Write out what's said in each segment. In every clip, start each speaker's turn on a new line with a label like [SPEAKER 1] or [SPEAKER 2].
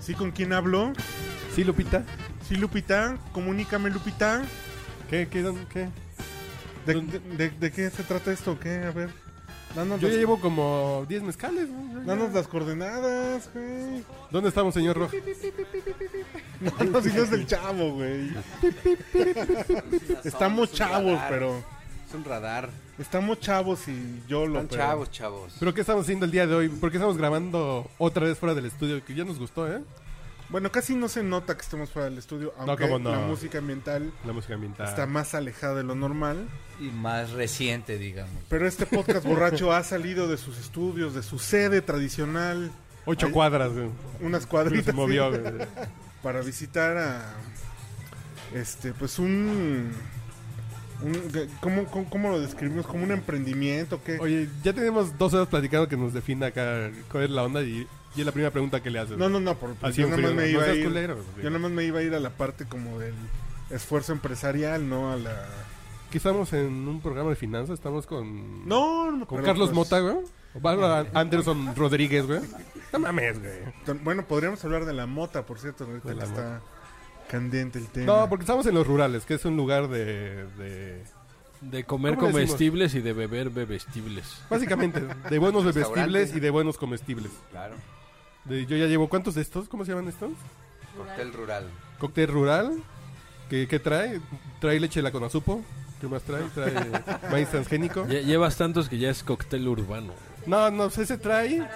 [SPEAKER 1] ¿Sí con quién hablo?
[SPEAKER 2] Sí, Lupita.
[SPEAKER 1] Sí, Lupita, comunícame, Lupita.
[SPEAKER 2] ¿Qué, qué, dónde- qué?
[SPEAKER 1] ¿De,
[SPEAKER 2] ¿Dónde?
[SPEAKER 1] de- de- de qué se trata esto? ¿Qué? A ver. Danos,
[SPEAKER 2] Yo ya
[SPEAKER 1] las,
[SPEAKER 2] llevo como 10 mezcales. ¿no? Ya,
[SPEAKER 1] danos
[SPEAKER 2] ya.
[SPEAKER 1] las coordenadas, güey.
[SPEAKER 2] ¿Dónde estamos, señor Rojo?
[SPEAKER 1] No, no, si no es del chavo, güey. Estamos chavos, pero.
[SPEAKER 3] Es un radar.
[SPEAKER 1] Estamos chavos y yo lo.
[SPEAKER 3] Son
[SPEAKER 1] pero-
[SPEAKER 3] chavos, chavos.
[SPEAKER 2] ¿Pero qué estamos haciendo el día de hoy? ¿Por qué estamos grabando otra vez fuera del estudio? Que ya nos gustó, ¿eh?
[SPEAKER 1] Bueno, casi no se nota que estemos fuera del estudio, aunque
[SPEAKER 2] cómo no. Ah.
[SPEAKER 1] la música ambiental
[SPEAKER 2] La música ambiental.
[SPEAKER 1] está más alejada de lo normal.
[SPEAKER 3] Y más reciente, digamos.
[SPEAKER 1] Pero este podcast borracho ha salido de sus estudios, de su sede tradicional,
[SPEAKER 2] Ocho cuadras, güey.
[SPEAKER 1] unas
[SPEAKER 2] Pero
[SPEAKER 1] cuadritas.
[SPEAKER 2] Se movió,
[SPEAKER 1] ¿sí?
[SPEAKER 2] güey.
[SPEAKER 1] para visitar a este pues un, un- ¿cómo, cómo, cómo lo describimos? ¿Como un emprendimiento? ¿Qué?
[SPEAKER 2] Oye, ya tenemos dos horas platicando que nos defina acá cuál es la onda y, y es la primera pregunta que le haces.
[SPEAKER 1] No, no, no, por, pues,
[SPEAKER 2] Así
[SPEAKER 1] yo
[SPEAKER 2] en
[SPEAKER 1] nada más
[SPEAKER 2] frío,
[SPEAKER 1] me
[SPEAKER 2] no
[SPEAKER 1] iba a
[SPEAKER 2] seas
[SPEAKER 1] ir.
[SPEAKER 2] culero,
[SPEAKER 1] yo
[SPEAKER 2] digo.
[SPEAKER 1] nada más me iba a ir a la parte como del esfuerzo empresarial, no a la
[SPEAKER 2] Aquí estamos en un programa de finanzas, estamos con...
[SPEAKER 1] No,
[SPEAKER 2] Con
[SPEAKER 1] pero,
[SPEAKER 2] Carlos
[SPEAKER 1] pues,
[SPEAKER 2] Mota, güey. O Bárbara Anderson Rodríguez, güey. No mames, güey.
[SPEAKER 1] tan- Bueno, podríamos hablar de la mota, por cierto, ahorita
[SPEAKER 2] De la
[SPEAKER 1] que está candente el tema.
[SPEAKER 2] No, porque estamos en Los Rurales, que es un lugar de... de-
[SPEAKER 4] De comer
[SPEAKER 2] ¿Cómo le decimos?
[SPEAKER 4] comestibles y de beber bebestibles.
[SPEAKER 2] básicamente, de buenos bebestibles
[SPEAKER 3] Restaurante.
[SPEAKER 2] y de buenos comestibles.
[SPEAKER 3] Claro.
[SPEAKER 2] De- yo ya llevo... ¿Cuántos de estos? ¿Cómo se llaman estos?
[SPEAKER 3] Cóctel rural.
[SPEAKER 2] Cóctel rural. ¿Qué, qué trae? Trae leche de la conazupo. ¿Qué más trae? Trae maíz transgénico.
[SPEAKER 4] Lle- llevas tantos que ya es cóctel urbano.
[SPEAKER 2] No, no, ese trae...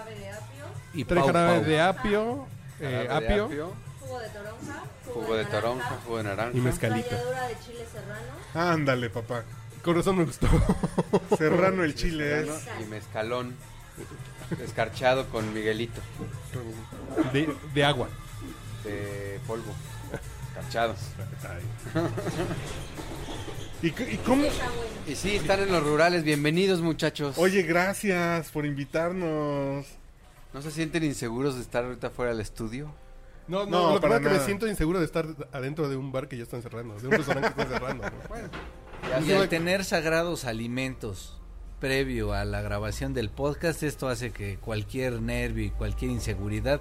[SPEAKER 3] Y
[SPEAKER 2] Trae
[SPEAKER 3] pau,
[SPEAKER 2] jarabe
[SPEAKER 3] pau.
[SPEAKER 2] de apio. eh,
[SPEAKER 3] Jarabe de
[SPEAKER 2] apio.
[SPEAKER 5] Jugo de toronja,
[SPEAKER 3] Jugo de toronja, jugo de naranja.
[SPEAKER 2] Y mezcalita.
[SPEAKER 5] ralladura de chile serrano,
[SPEAKER 1] Ándale, papá.
[SPEAKER 2] Con razón me gustó.
[SPEAKER 1] Serrano el chile ¿eh?
[SPEAKER 3] Serrano
[SPEAKER 1] es.
[SPEAKER 3] Y mezcalón. Escarchado con Miguelito.
[SPEAKER 2] De, de agua.
[SPEAKER 3] De polvo. Escarchado.
[SPEAKER 1] ¿Y, c- y cómo?
[SPEAKER 3] Y sí, están en los rurales. Bienvenidos, muchachos.
[SPEAKER 1] Oye, gracias por invitarnos.
[SPEAKER 3] ¿No se sienten inseguros de estar ahorita fuera del estudio?
[SPEAKER 2] No,
[SPEAKER 1] No,
[SPEAKER 2] no, lo que
[SPEAKER 1] para
[SPEAKER 2] pasa es que me
[SPEAKER 1] nada.
[SPEAKER 2] siento inseguro de estar adentro de un bar que ya están cerrando, de un restaurante que están cerrando. ¿no?
[SPEAKER 3] Ya
[SPEAKER 6] Y
[SPEAKER 3] sé.
[SPEAKER 6] al tener sagrados alimentos previo a la grabación del podcast, esto hace que cualquier nervio y cualquier inseguridad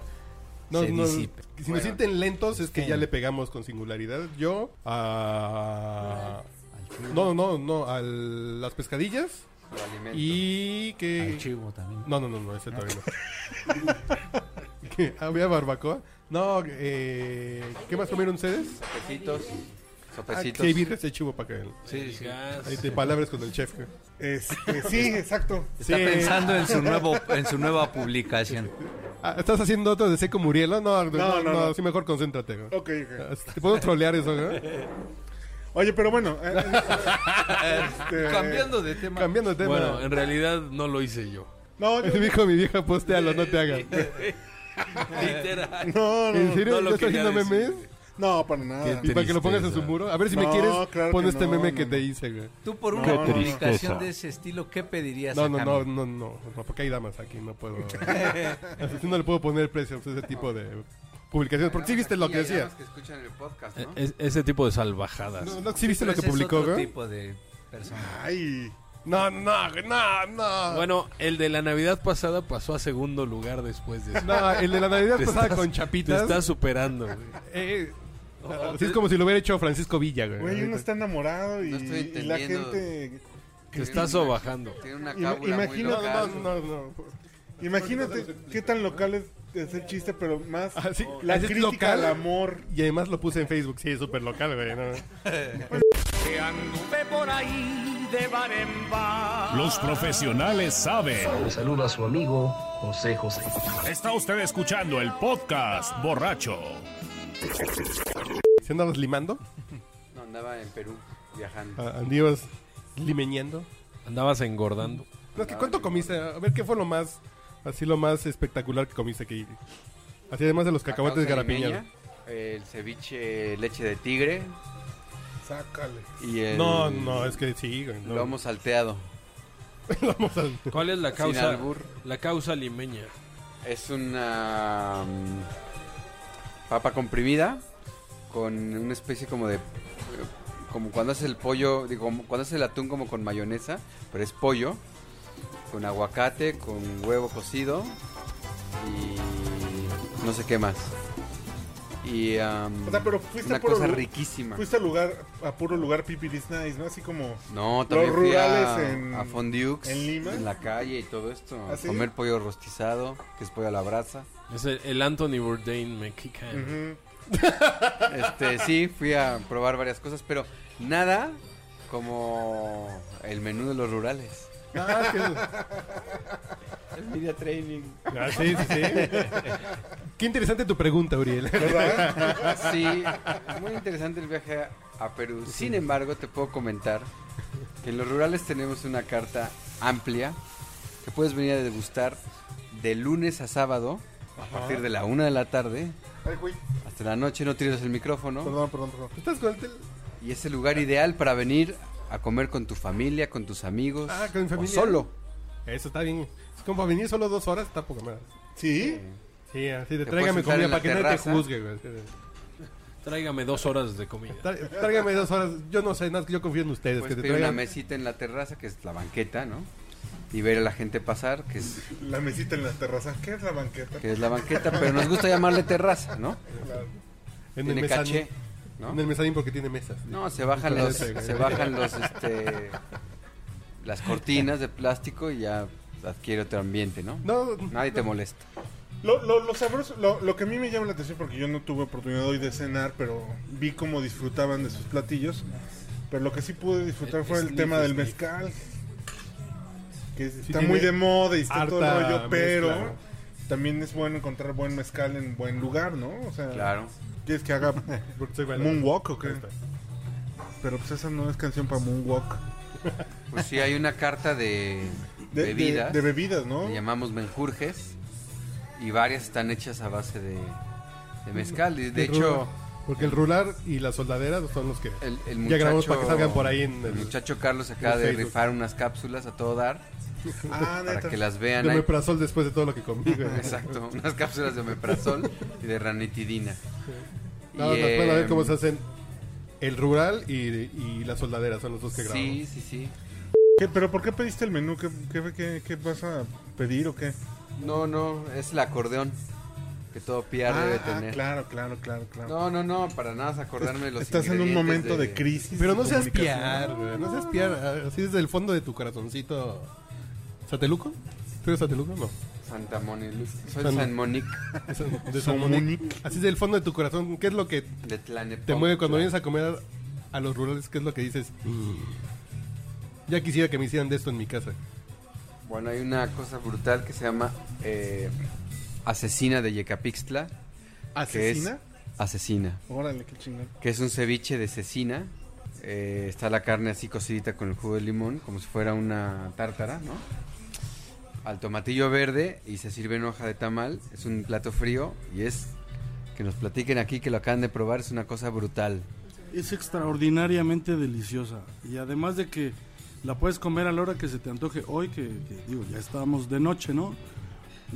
[SPEAKER 2] No,
[SPEAKER 6] se
[SPEAKER 2] no, si
[SPEAKER 6] disipe.
[SPEAKER 2] nos
[SPEAKER 3] Bueno.
[SPEAKER 2] sienten lentos es que
[SPEAKER 6] Sí.
[SPEAKER 2] ya le pegamos con singularidad. Yo a... No, no, no, a las pescadillas
[SPEAKER 3] Por alimento.
[SPEAKER 2] y
[SPEAKER 6] Al
[SPEAKER 2] que...
[SPEAKER 6] chivo también.
[SPEAKER 2] No, no, no, no, ese todavía no. ¿Qué? ¿Había barbacoa? No, eh, ¿qué más comieron ustedes?
[SPEAKER 3] Sopecitos.
[SPEAKER 2] Ah, sí,
[SPEAKER 3] Sopecitos.
[SPEAKER 2] hay birres de chivo para que...
[SPEAKER 3] Sí, sí.
[SPEAKER 2] Ahí te palabras con el chef. güey.
[SPEAKER 1] Este, sí, exacto.
[SPEAKER 6] Está
[SPEAKER 2] Sí.
[SPEAKER 6] pensando en su nuevo en su nueva publicación.
[SPEAKER 2] Ah, ¿Estás haciendo otro de Seco Murielo? No, no, no,
[SPEAKER 1] no, no.
[SPEAKER 2] sí mejor concéntrate. güey.
[SPEAKER 1] Ok, ok.
[SPEAKER 2] Ah, Te puedo trolear eso, güey.
[SPEAKER 1] Oye, pero bueno. eh, este,
[SPEAKER 6] Cambiando de tema.
[SPEAKER 2] Cambiando de tema.
[SPEAKER 4] Bueno, en realidad no lo hice yo.
[SPEAKER 1] No, yo-
[SPEAKER 2] Dijo mi vieja, postéalo, no te hagas.
[SPEAKER 4] Literal.
[SPEAKER 1] no,
[SPEAKER 2] ¿En
[SPEAKER 1] no,
[SPEAKER 2] serio? ¿No
[SPEAKER 4] no lo
[SPEAKER 2] estás
[SPEAKER 4] quería
[SPEAKER 2] haciendo memes?
[SPEAKER 4] decir.
[SPEAKER 1] no, para nada.
[SPEAKER 2] Y para que lo pongas en su muro. A ver si me
[SPEAKER 1] No,
[SPEAKER 2] quieres,
[SPEAKER 1] claro
[SPEAKER 2] pon
[SPEAKER 1] que
[SPEAKER 2] este
[SPEAKER 1] no,
[SPEAKER 2] meme
[SPEAKER 1] no,
[SPEAKER 2] que te
[SPEAKER 1] no.
[SPEAKER 2] hice, güey.
[SPEAKER 6] Tú por una
[SPEAKER 1] Qué tristeza.
[SPEAKER 6] publicación de ese estilo, ¿qué pedirías?
[SPEAKER 2] No,
[SPEAKER 6] a
[SPEAKER 2] no, no,
[SPEAKER 6] cambio?
[SPEAKER 2] no, no, no, porque hay damas aquí, no puedo. Así no le puedo poner precio a ese tipo de publicaciones. Porque sí viste lo que
[SPEAKER 3] Aquí hay
[SPEAKER 2] decía.
[SPEAKER 3] damas que escuchan el podcast, ¿no?
[SPEAKER 4] E- es- ese tipo de salvajadas.
[SPEAKER 2] No, no, sí viste lo
[SPEAKER 6] Pero
[SPEAKER 2] que
[SPEAKER 6] ese es
[SPEAKER 2] publicó,
[SPEAKER 6] otro
[SPEAKER 2] güey.
[SPEAKER 6] tipo de persona.
[SPEAKER 1] Ay,
[SPEAKER 2] No, no, güey, no, no.
[SPEAKER 4] Bueno, el de la Navidad pasada pasó a segundo lugar después de eso.
[SPEAKER 2] No, el de la Navidad
[SPEAKER 4] Te
[SPEAKER 2] pasada
[SPEAKER 4] estás-
[SPEAKER 2] con
[SPEAKER 4] Te
[SPEAKER 2] chapitas.
[SPEAKER 4] estás superando, güey.
[SPEAKER 2] Eh, así es como si lo hubiera hecho Francisco Villa, güey.
[SPEAKER 1] güey, uno está enamorado y,
[SPEAKER 3] No estoy
[SPEAKER 1] y la
[SPEAKER 3] entendiendo.
[SPEAKER 1] gente.
[SPEAKER 4] Te estás sobajando.
[SPEAKER 3] Tiene una
[SPEAKER 1] Ima-
[SPEAKER 3] cábula muy
[SPEAKER 1] imagino-
[SPEAKER 2] No, no,
[SPEAKER 3] local.
[SPEAKER 2] no, no.
[SPEAKER 1] Imagínate qué tan local es es el chiste, pero más
[SPEAKER 2] Ah, sí,
[SPEAKER 1] la
[SPEAKER 2] ¿es
[SPEAKER 1] crítica al
[SPEAKER 2] local?
[SPEAKER 1] amor.
[SPEAKER 2] Y además lo puse en Facebook, sí, es súper local, güey. ¿no?
[SPEAKER 7] Los profesionales saben.
[SPEAKER 8] Le saluda a su amigo José José.
[SPEAKER 7] Está usted escuchando el podcast borracho.
[SPEAKER 2] ¿Se andabas limando?
[SPEAKER 3] No, andaba en Perú viajando.
[SPEAKER 2] Ah, ¿Andibas limeñando?
[SPEAKER 4] Andabas engordando.
[SPEAKER 2] No, es que ¿cuánto comiste? A ver, ¿qué fue lo más, así lo más espectacular que comiste aquí? Así además de los cacahuates
[SPEAKER 3] Cacao caribeña,
[SPEAKER 2] garapiñados.
[SPEAKER 3] El ceviche leche de tigre
[SPEAKER 1] Sácale.
[SPEAKER 3] y el
[SPEAKER 2] No, no, es que sí, güey. no.
[SPEAKER 3] lomo salteado.
[SPEAKER 2] Vamos a-
[SPEAKER 4] ¿Cuál es la causa?
[SPEAKER 3] albur.
[SPEAKER 4] La causa limeña.
[SPEAKER 3] Es una mm, papa comprimida con una especie como de eh, como cuando haces el pollo, digo, como cuando haces el atún como con mayonesa, pero es pollo con aguacate, con huevo cocido y no sé qué más. Y am,
[SPEAKER 1] O sea, pero fuiste
[SPEAKER 3] una
[SPEAKER 1] a puro
[SPEAKER 3] cosa
[SPEAKER 1] lu-
[SPEAKER 3] riquísima.
[SPEAKER 1] Fuiste a, lugar, a puro lugar pipiris nice, ¿no? Así como...
[SPEAKER 3] No, también
[SPEAKER 1] Los
[SPEAKER 3] fui
[SPEAKER 1] rurales
[SPEAKER 3] a,
[SPEAKER 1] en-
[SPEAKER 3] a Fondue's,
[SPEAKER 1] en Lima.
[SPEAKER 3] la calle y todo esto,
[SPEAKER 1] ¿Ah,
[SPEAKER 3] a
[SPEAKER 1] sí?
[SPEAKER 3] comer pollo rostizado, que es pollo a la brasa.
[SPEAKER 4] Es el, el Anthony Bourdain mexicano.
[SPEAKER 1] ujú.
[SPEAKER 3] Este, sí, fui a probar varias cosas, pero nada como el menú de los rurales.
[SPEAKER 2] Ah, qué-
[SPEAKER 3] El media training.
[SPEAKER 2] ah, sí, sí, sí. Qué interesante tu pregunta, Uriel.
[SPEAKER 1] ¿Verdad?
[SPEAKER 3] Sí, muy interesante el viaje a Perú. Sin embargo, te puedo comentar que en los rurales tenemos una carta amplia que puedes venir a degustar de lunes a sábado a partir de la una de la tarde
[SPEAKER 1] Ay, güey.
[SPEAKER 3] hasta la noche. No tires el micrófono.
[SPEAKER 1] Perdón, perdón, perdón.
[SPEAKER 2] ¿Estás con el tel-
[SPEAKER 3] Y es el lugar ideal para venir a comer con tu familia, con tus amigos.
[SPEAKER 2] Ah, con mi
[SPEAKER 3] o
[SPEAKER 2] familia.
[SPEAKER 3] solo.
[SPEAKER 2] Eso está bien. Es como para venir solo dos horas, está poca madre.
[SPEAKER 1] ¿Sí?
[SPEAKER 2] Sí, así de
[SPEAKER 3] Te
[SPEAKER 2] tráigame
[SPEAKER 3] puedes sentar
[SPEAKER 2] comida
[SPEAKER 3] en la
[SPEAKER 2] para que nadie te
[SPEAKER 3] terraza.
[SPEAKER 2] juzgue, güey. Así de,
[SPEAKER 4] Tráigame dos horas de comida.
[SPEAKER 2] "Trá- Tráigame dos horas. Yo no sé, nada, yo confío en ustedes.
[SPEAKER 3] Puedes
[SPEAKER 2] que te
[SPEAKER 3] pedir una
[SPEAKER 2] traigan.
[SPEAKER 3] mesita en la terraza, que es la banqueta, ¿no? Y ver a la gente pasar, que es,
[SPEAKER 1] La mesita en la terraza. ¿Qué es la banqueta?
[SPEAKER 3] que es la banqueta, pero nos gusta llamarle terraza, ¿no?
[SPEAKER 2] En el
[SPEAKER 3] Tiene
[SPEAKER 2] mezanín.
[SPEAKER 3] caché, ¿no?
[SPEAKER 2] En el mezanín porque tiene mesas.
[SPEAKER 3] No, se bajan los,
[SPEAKER 2] Espérate, güey.
[SPEAKER 3] se bajan los, este, las cortinas de plástico y ya adquiere otro ambiente, ¿no?
[SPEAKER 2] No,
[SPEAKER 3] Nadie te molesta.
[SPEAKER 1] Lo, lo, lo sabroso, lo, lo que a mí me llama la atención, porque yo no tuve oportunidad hoy de cenar, pero vi cómo disfrutaban de sus platillos. Pero lo que sí pude
[SPEAKER 3] Eh,
[SPEAKER 1] disfrutar fue el
[SPEAKER 4] Sniff,
[SPEAKER 1] tema del
[SPEAKER 4] sniff.
[SPEAKER 1] mezcal. Que está
[SPEAKER 2] tiene
[SPEAKER 1] muy de moda y está todo el
[SPEAKER 2] harta
[SPEAKER 1] rollo, pero
[SPEAKER 2] mezcla.
[SPEAKER 1] también es bueno encontrar buen mezcal en buen lugar, ¿no? O sea,
[SPEAKER 3] Claro.
[SPEAKER 1] ¿quieres que haga
[SPEAKER 2] porque soy bailarín.
[SPEAKER 1] Moonwalk o qué?
[SPEAKER 2] Ahí está.
[SPEAKER 1] Pero pues esa no es canción para Moonwalk.
[SPEAKER 3] Pues sí, hay una carta de,
[SPEAKER 1] De de-
[SPEAKER 3] bebidas.
[SPEAKER 1] de bebidas, ¿no?
[SPEAKER 3] Le llamamos menjurjes y varias están hechas a base de, de mezcal. Y de
[SPEAKER 2] El
[SPEAKER 3] hecho,
[SPEAKER 2] rular- porque el rular y las soldaderas son los que.
[SPEAKER 3] el, el muchacho,
[SPEAKER 2] Ya grabamos para que salgan por ahí en
[SPEAKER 3] el
[SPEAKER 2] el-
[SPEAKER 3] muchacho Carlos acaba
[SPEAKER 2] en
[SPEAKER 3] de
[SPEAKER 2] Facebook.
[SPEAKER 3] rifar unas cápsulas a todo dar
[SPEAKER 1] Ah,
[SPEAKER 3] para
[SPEAKER 1] neta.
[SPEAKER 3] que las vean.
[SPEAKER 2] de
[SPEAKER 3] Hay-
[SPEAKER 2] omeprazol después de todo lo que comí, güey.
[SPEAKER 3] exacto, unas cápsulas de omeprazol y de ranitidina.
[SPEAKER 2] No,
[SPEAKER 3] Y,
[SPEAKER 2] nos pueden ver
[SPEAKER 3] em,
[SPEAKER 2] cómo se hacen el rural y, y las soldaderas, son los dos que grabamos.
[SPEAKER 3] Sí, sí, sí.
[SPEAKER 1] ¿Qué- ¿Pero por qué pediste el menú? ¿Qué, qué, qué- qué vas a pedir o qué?
[SPEAKER 3] No, no, es el acordeón que todo PR debe
[SPEAKER 1] Ah, ah,
[SPEAKER 3] tener.
[SPEAKER 1] claro, claro, claro, claro.
[SPEAKER 3] No, no, no, para nada es acordarme de los
[SPEAKER 1] Estás en un
[SPEAKER 3] ingredientes
[SPEAKER 1] momento de, crisis.
[SPEAKER 2] Pero no
[SPEAKER 1] de
[SPEAKER 2] seas
[SPEAKER 1] comunicación.
[SPEAKER 2] piar, güey. No seas piar. ah, Así desde el fondo de tu corazoncito. ¿Sateluco? ¿Tú eres Sateluco? No.
[SPEAKER 3] Santa Monique. Soy
[SPEAKER 2] San-
[SPEAKER 3] San Monique
[SPEAKER 2] Es De
[SPEAKER 1] Son
[SPEAKER 2] Salmonic.
[SPEAKER 1] Monique.
[SPEAKER 2] Así desde el fondo de tu corazón. ¿Qué es lo que te
[SPEAKER 3] de Tlanepantla.
[SPEAKER 2] mueve cuando vienes a comer a los rurales? ¿Qué es lo que dices? "Mm, Ya quisiera que me hicieran de esto en mi casa.
[SPEAKER 3] Bueno, hay una cosa brutal que se llama eh, Asesina de Yecapixtla. que es-
[SPEAKER 1] ¿Asesina?
[SPEAKER 3] Asesina.
[SPEAKER 1] Órale, qué chingón.
[SPEAKER 3] Que es un ceviche de cecina. Eh, está la carne así cocidita con el jugo de limón, como si fuera una tártara, ¿no? Al tomatillo verde y se sirve en hoja de tamal. Es un plato frío y es que nos platiquen aquí que lo acaban de probar. Es una cosa brutal.
[SPEAKER 9] Es extraordinariamente deliciosa. Y además de que la puedes comer a la hora que se te antoje hoy, que, que, digo, ya estábamos de noche, ¿no?